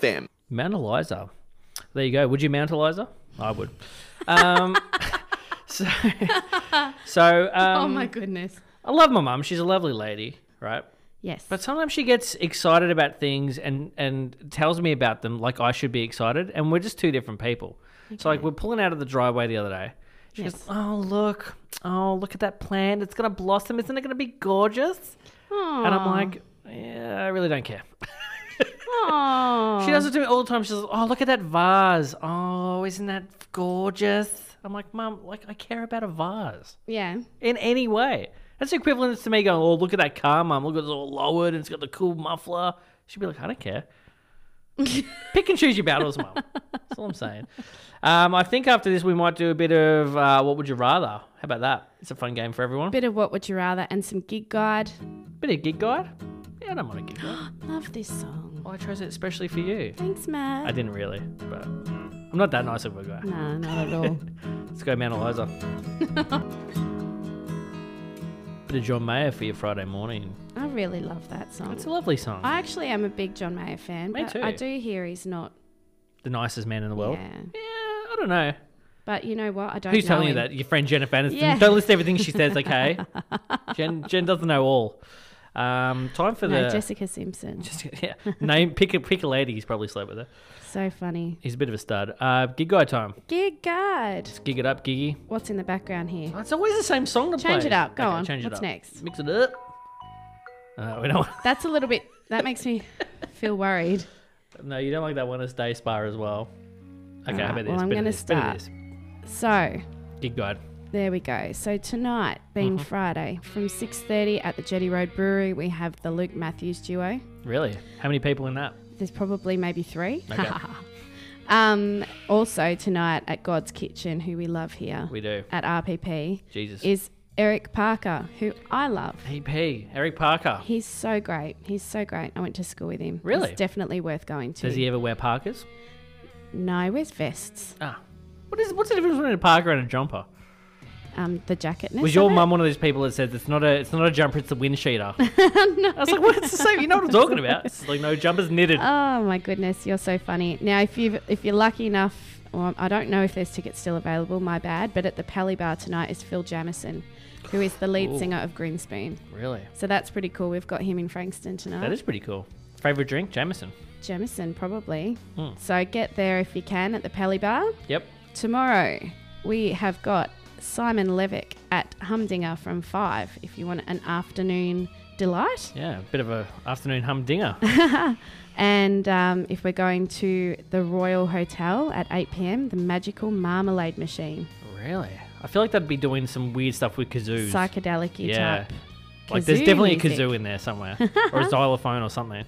Them. Mount Eliza. There you go. Would you Mount Eliza? I would. Um, so, so um, oh my goodness. I love my mum. She's a lovely lady, right? Yes. But sometimes she gets excited about things and and tells me about them like I should be excited, and we're just two different people. So like we're pulling out of the driveway the other day. She Yes. goes, "Oh look, oh look at that plant! It's gonna blossom, isn't it gonna be gorgeous?" And I'm like, "Yeah, I really don't care." oh. She does it to me all the time. She says, "Oh look at that vase! Oh, isn't that gorgeous?" I'm like, "Mum, like I care about a vase." Yeah. in any way. That's equivalent to me going, oh, look at that car, mum. Look, it's all lowered and it's got the cool muffler. She'd be like, I don't care. Pick and choose your battles, mum. That's all I'm saying. Um, I think after this, we might do a bit of uh, what would you rather? How about that? It's a fun game for everyone. Bit, Bit of what would you rather and some gig guide. of gig guide. Yeah, I don't mind a gig guide. Love this song. well, I chose it especially for you. Thanks, Matt. I didn't really, but I'm not that nice of a guy. No, not at all. Let's go, Mount Eliza. bit of John Mayer for your Friday morning. I really love that song. It's a lovely song. I actually am a big John Mayer fan. Me but too. I do hear he's not. the nicest man in the world. Yeah. Yeah, I don't know. But you know what? I don't Who's know telling you him. that? Your friend Jennifer Aniston. Yeah. Don't listen to everything she says, okay? Jen Jen doesn't know all. Um, time for No, the Jessica Simpson. yeah. Name pick a pick a lady. He's probably slept with her. So funny. He's a bit of a stud. Uh, gig guy time. Gig guide. Let's gig it up, Giggy. What's in the background here? Oh, it's always the same song to play. Change it up. Go Okay, on. Change it What's up. next? Mix it up. Uh, we don't. Want... That's a little bit. That makes me feel worried. No, you don't like that one. It's day spa as well. Okay, how Alright, about this? well, I'm Bit of gonna this, bit of start. this. So Gig guide. There we go. So tonight, being Mm-hmm. Friday, from 6:30 at the Jetty Road Brewery, we have the Luke Matthews duo. Really? How many people in that? There's probably maybe three. Okay. Um, also tonight at God's Kitchen, who we love here we do. at RPP, Jesus. is Eric Parker, who I love. EP Eric Parker. He's so great. He's so great. I went to school with him. Really? It's definitely worth going to. Does he ever wear Parkers? No, he wears vests. Ah. What is what's the difference between a parker and a jumper? Um, the jacket. Was your mum one of those people that says it's not a it's not a jumper, it's a wind sheeter? I was like, what? It's the same. You know what I'm talking about? It's like no jumpers knitted. Oh my goodness, you're so funny. Now, if you if you're lucky enough, Well, I don't know if there's tickets still available, my bad, but at the Pally Bar tonight is Phil Jamison, who is the lead Ooh. singer of Greenspoon. Really? So that's pretty cool. We've got him in Frankston tonight. That is pretty cool. Favorite drink? Jameson. Jamison, probably. Hmm. So get there if you can at the Pally Bar. Yep. Tomorrow, we have got Simon Levick at Humdinger from 5 if you want an afternoon delight. Yeah, a bit of a afternoon humdinger. And um, if we're going to the Royal Hotel at 8 pm, the Magical Marmalade Machine. really? I feel like that'd be doing some weird stuff with kazoos. Psychedelic Yeah. type. like there's kazoo definitely music. a kazoo in there somewhere, or a xylophone or something.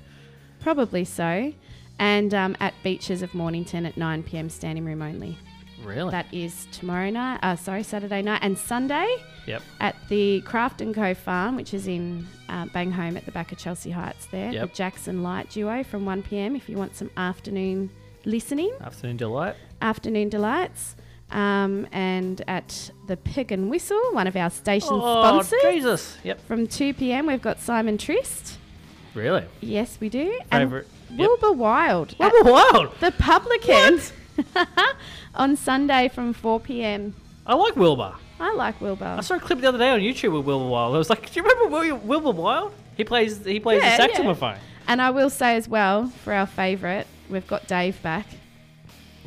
Probably so. And um, at Beaches of Mornington at 9 pm, standing room only. Really? That is tomorrow night, uh, sorry, Saturday night and Sunday yep. at the Craft and Co farm, which is in uh, Banghome at the back of Chelsea Heights there. Yep. The Jackson Light Duo from 1 pm if you want some afternoon listening, Afternoon delight. afternoon delights. Um, and at the Pig and Whistle, one of our station Oh, sponsors. Jesus. Yep. From 2 pm, we've got Simon Trist. Really? Yes, we do. Favourite. And Yep. Wilbur Wild. at What the world? The Publican on Sunday from 4 p.m. I like Wilbur. I like Wilbur. I saw a clip the other day on YouTube with Wilbur Wild. I was like, do you remember Wil- Wilbur Wild? He plays he plays Yeah, yeah. the saxophone. And I will say as well, for our favourite, we've got Dave back.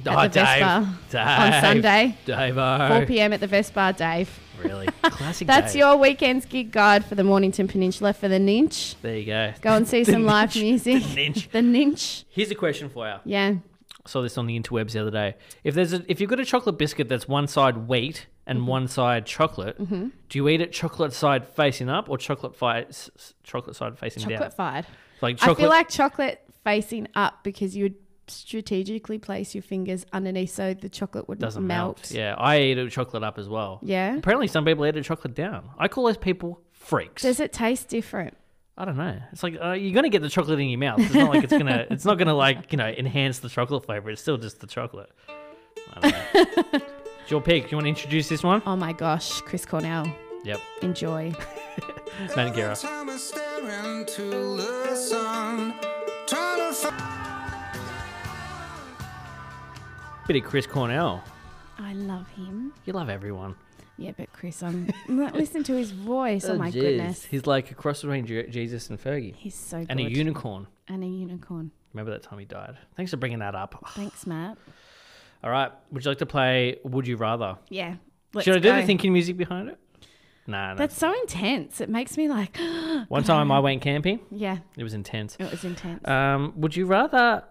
Oh, the Dave. Vespa Dave. on Sunday. Dave. 4 p.m. at the Vespa, Dave. Really? Classic That's Oh. Dave. your weekend's gig guide for the Mornington Peninsula for the Ninch. There you go. Go and see some live Ninch. music. The Ninch. The Ninch. Here's a question for you. Yeah. I saw this on the interwebs the other day. If there's a, if you've got a chocolate biscuit that's one side wheat and Mm-hmm. one side chocolate, do you eat it chocolate side facing up or chocolate fi- s- s- chocolate side facing down? Chocolate fired. like I chocolate. feel like chocolate facing up because you would strategically place your fingers underneath so the chocolate would doesn't melt. Yeah, I eat it chocolate up as well. Yeah. Apparently, some people eat it chocolate down. I call those people freaks. Does it taste different? I don't know. It's like uh, you're gonna get the chocolate in your mouth. It's not like it's gonna. It's not gonna like you know enhance the chocolate flavor. It's still just the chocolate. I don't know. it's your pick. You want to introduce this one? Oh my gosh, Chris Cornell. Yep. Enjoy. Matt Guerra. Bit of Chris Cornell. I love him. You love everyone. Yeah, but Chris, I'm listen to his voice. Oh, my goodness, He's like a cross between Je- Jesus and Fergie. he's so good. and a unicorn. And a unicorn. Remember that time he died? Thanks for bringing that up. Thanks, Matt. All right. Would you like to play Would You Rather? Yeah. Let's Should I do go. the thinking music behind it? Nah, no. That's so intense. It makes me like, One time I went camping. yeah, It was intense. it was intense. Um, would you rather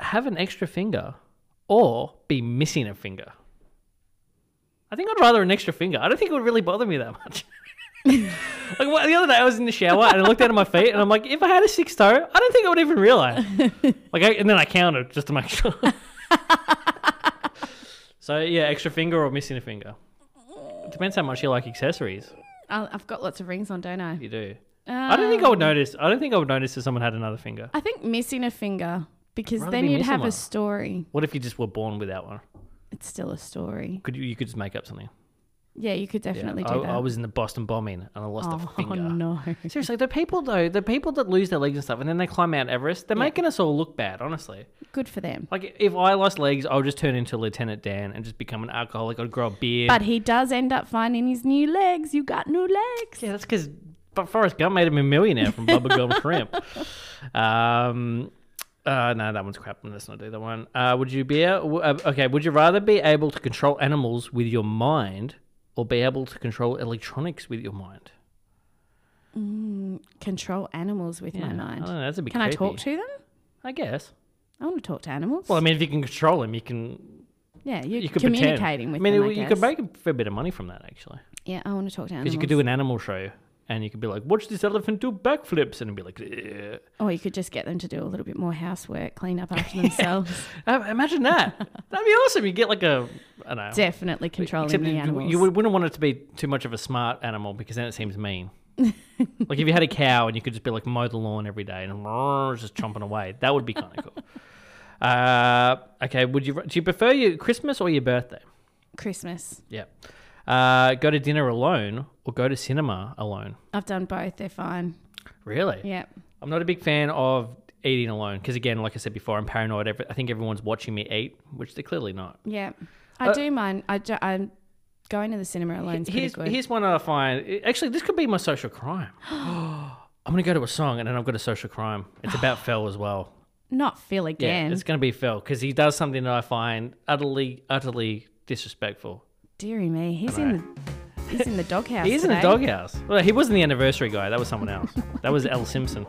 have an extra finger or be missing a finger? I think I'd rather an extra finger. I don't think it would really bother me that much. like well, the other day, I was in the shower and I looked down at my feet and I'm like, if I had a six toe, I don't think I would even realize. Like, I, and then I counted just to make sure. so yeah, extra finger or missing a finger. Depends how much you like accessories. I I've got lots of rings on, don't I? Uh, You do. I don't think I would notice. I don't think I would notice if someone had another finger. I think missing a finger because rather then be you'd missing have one. a story. What if you just were born without one? It's still a story. Could you, you could just make up something? Yeah, you could definitely I, do that. I was in the Boston bombing and I lost a oh, finger. no. Seriously, the people though, the people that lose their legs and stuff, and then they climb Mount Everest, they're making us all look bad. Honestly, Good for them. like if I lost legs, I would just turn into Lieutenant Dan and just become an alcoholic. I'd grow a beard. But he does end up finding his new legs. You got new legs. yeah, that's because Forrest Gump made him a millionaire from Bubba Gum Shrimp. Um, uh, no, that one's crap. Let's not do that one. Uh, would you be a, w- uh, okay? Would you rather be able to control animals with your mind or be able to control electronics with your mind? Control animals with my Yeah, mind. I don't know, that's a bit Can I talk creepy. to them? I guess. I want to talk to animals. Well, I mean, if you can control him, you can yeah, you're you can communicating pretend. with I mean, them. it- I you guess. could make a fair bit of money from that actually, Yeah, I want to talk to animals. because you could do an animal show and you could be like, "Watch this elephant do backflips," and it'd be like, "Eh." or you could just get them to do a little bit more housework, clean up after themselves. Uh, "Imagine that! That'd be awesome." You get like a, I don't know. Definitely controlling Oh. Except the you- animals. you would- wouldn't want it to be too much of a smart animal because then it seems mean. like if you had a cow and you could just be like mow the lawn every day and just chomping away, that would be kind of cool. Uh, okay, would you do you prefer your Christmas or your birthday? Christmas. Yeah. Uh, go to dinner alone or go to cinema alone. I've done both. They're fine. Really? Yep. I'm not a big fan of eating alone because again, like I said before, I'm paranoid. Every- I think everyone's watching me eat, which they're clearly not. Yeah, I Uh, do mind. I ju- I'm going to the cinema alone. Here's, pretty good. here's one I find. Actually, this could be my social crime. I'm gonna go to a song and then I've got a social crime. It's about Phil as well. Not Phil Yeah, again. it's gonna be Phil because he does something that I find utterly, utterly disrespectful. Deary me, he's in the he's in the doghouse. He is in a today. doghouse. Well, he wasn't the anniversary guy. That was someone else. that was L. Simpson.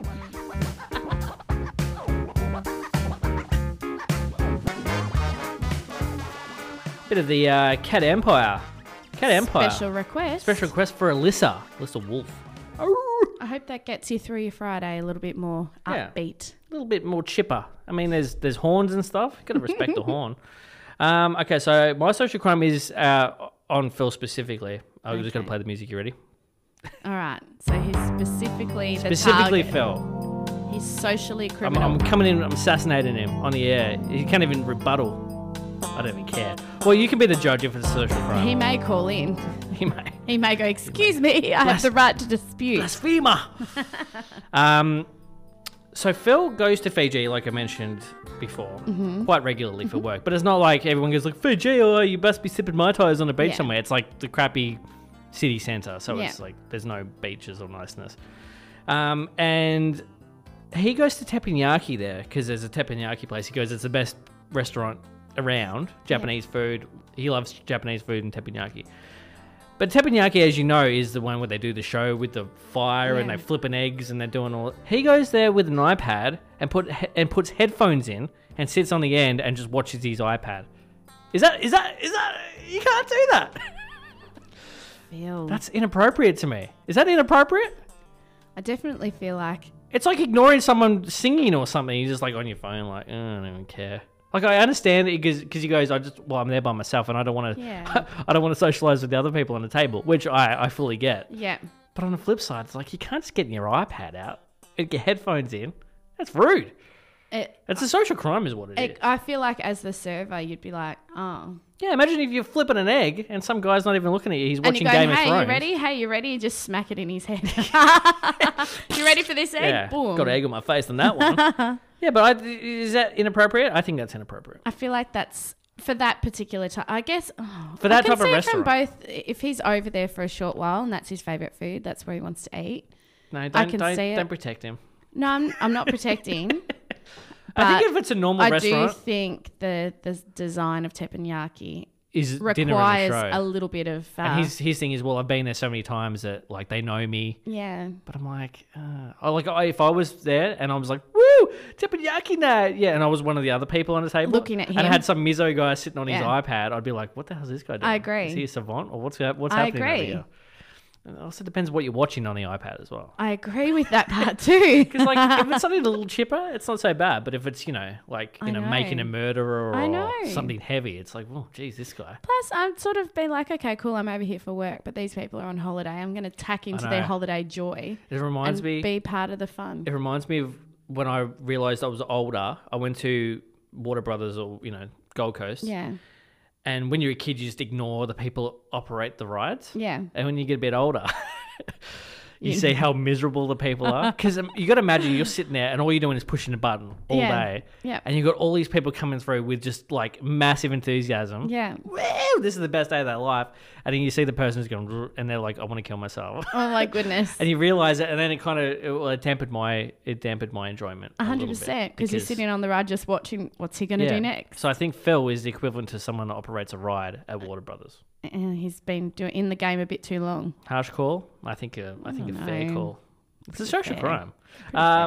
Bit of the uh, Cat Empire. Cat Empire. Special request. Special request for Alyssa. Alyssa Wolf. Oh, I hope that gets you through your Friday a little bit more Yeah. upbeat. a little bit more chipper. I mean, there's there's horns and stuff. Got to respect the horn. Um, okay, so my social crime is uh, on Phil specifically. I'm just gonna play the music. You ready? All right. So he's specifically the Specifically, target. Phil. He's socially I'm, criminal. I'm coming in, I'm assassinating him on the air. He can't even rebuttal. I don't even care. Well, you can be the judge if it's a social crime. he may call in. He may. He may go, "Excuse me, I have Blas- the right to dispute." Blasphemer! um, so Phil goes to Fiji, like I mentioned before, Mm-hmm. quite regularly for work. But it's not like everyone goes like, Fiji, oh, you must be sipping Mai Tais on a beach Yeah. somewhere. It's like the crappy city centre. So it's Yeah. like, there's no beaches or niceness. Um, and he goes to teppanyaki there because there's a teppanyaki place. He goes, it's the best restaurant around. Japanese food. He loves Japanese food and teppanyaki. But teppanyaki, as you know, is the one where they do the show with the fire and Yeah. they flipping eggs and they're doing all. He goes there with an iPad and put and puts headphones in and sits on the end and just watches his iPad. Is that is that is that you can't do that? Phil. That's inappropriate to me. Is that inappropriate? I definitely feel like It's like ignoring someone singing or something. You're just like on your phone, like "Oh, I don't even care. Like I understand it because he goes, I just well I'm there by myself and I don't want to Yeah. I don't want to socialize with the other people on the table, which I I fully get. yeah. But on the flip side, it's like you can't just get your iPad out and get headphones in. That's rude. It, It's a social crime, is what it it, is. I feel like as the server, you'd be like, "Oh." Yeah, imagine if you're flipping an egg and some guy's not even looking at you. He's And watching you're going, Game of hey, Thrones. you ready? Hey, you ready? You just smack it in his head. you ready for this egg? Yeah, Boom. got an egg on my face than that one. yeah, but I, is that inappropriate? I think that's inappropriate. I feel like that's for that particular time. I guess oh, For that I can type of see restaurant. From both, if he's over there for a short while and that's his favorite food, that's where he wants to eat. No, don't can don't, see it. don't protect him. No, I'm, I'm not protecting. I think But if it's a normal I do restaurant, think the the design of teppanyaki is dinner and a requires show. a little bit of uh, and his his thing is, well, I've been there so many times that like they know me. yeah. But I'm like, uh, I like I, if I was there and I was like, woo, teppanyaki night, yeah, and I was one of the other people on the table Looking at and I him. had some mizo guy sitting on his Yeah. iPad, I'd be like, what the hell is this guy doing? I agree. Is he a savant or what's hap- what's I happening? agree. Over here? And it also depends what you're watching on the iPad as well. I agree with that part too. Because like if it's something a little chipper, it's not so bad. But if it's you know like you I know, know. making a murderer I or know. something heavy, it's like, oh, geez, this guy. Plus, I've sort of been like, okay, cool, I'm over here for work, but these people are on holiday. I'm going to tack into their know. holiday joy It reminds and me be part of the fun. it reminds me of when I realized I was older. I went to Water Brothers or you know Gold Coast. Yeah, And when you're a kid, you just ignore the people that operate the rides. yeah. And when you get a bit older, you see how miserable the people are. Because you got to imagine you're sitting there and all you're doing is pushing a button all Yeah. day. Yeah. And you've got all these people coming through with just like massive enthusiasm. Yeah. Wow, this is the best day of their life. And then you see the person who's going, "Grr," and they're like, I want to kill myself. Oh my goodness. and you realize it, and then it kind of it, well, it dampened my it dampened my enjoyment. a little hundred bit, percent. Because you're sitting on the ride just watching what's he going to yeah. do next. So I think Phil is the equivalent to someone that operates a ride at Water Brothers. And he's been doing in the game a bit too long. Harsh call. I think a, I think a fair know. call. It's a social Oh, fair. crime.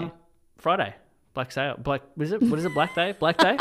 Um, Friday, Black Sale, Black. What is it? What is it? Black Day. Black Day.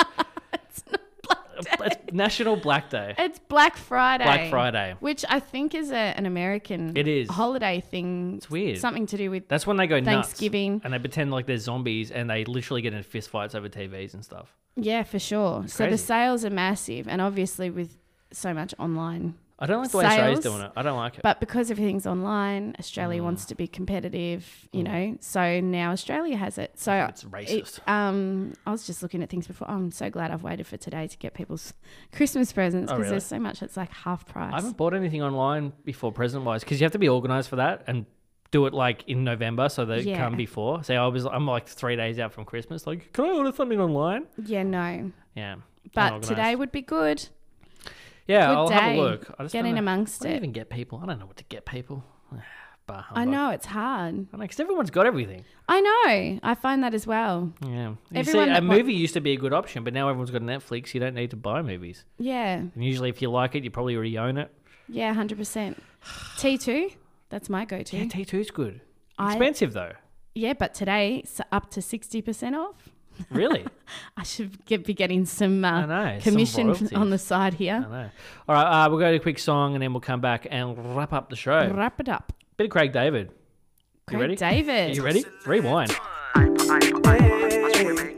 it's not Black Day. It's National Black Day. It's Black Friday. Black Friday. Which I think is a, an American It is. holiday thing. It's weird. Something to do with That's when they go nuts. Thanksgiving. and they pretend like they're zombies, and they literally get in fistfights over TVs and stuff. Yeah, for sure. So the crazy. sales are massive and obviously with so much online. I don't like the way Australia's Sales. doing it. I don't like it. But because everything's online, Australia Mm. wants to be competitive, you know. So now Australia has it. So It's racist. it- um, I was just looking at things before. Oh, I'm so glad I've waited for today to get people's Christmas presents Oh, because really? there's so much. It's like half price. I haven't bought anything online before present wise because you have to be organized for that and do it like in November so they Yeah. come before. So I was I'm like three days out from Christmas. Like, can I order something online? Yeah, no. Yeah. But unorganized. today would be good. yeah, good I'll have day. a look. I just Get don't in know- amongst I don't it. even get people. I don't know what to get people. Bah, humbug. I know it's hard. I know because everyone's got everything. I know. I find that as well. Yeah. You see, Everyone a that wa- movie used to be a good option, but now everyone's got Netflix. You don't need to buy movies. Yeah. And usually, if you like it, you probably already own it. Yeah, 100%. T2, that's my go to. Yeah, T2's good. I- Expensive, though. Yeah, but today it's up to 60% off. Really? I should get, be getting some I uh, know, some commission royalties. on the side I here. know. All right, uh, we'll go to a quick song and then we'll come back and wrap up the show. Wrap it up. Bit of Craig David. Craig ready? David. you ready? Rewind. Hey,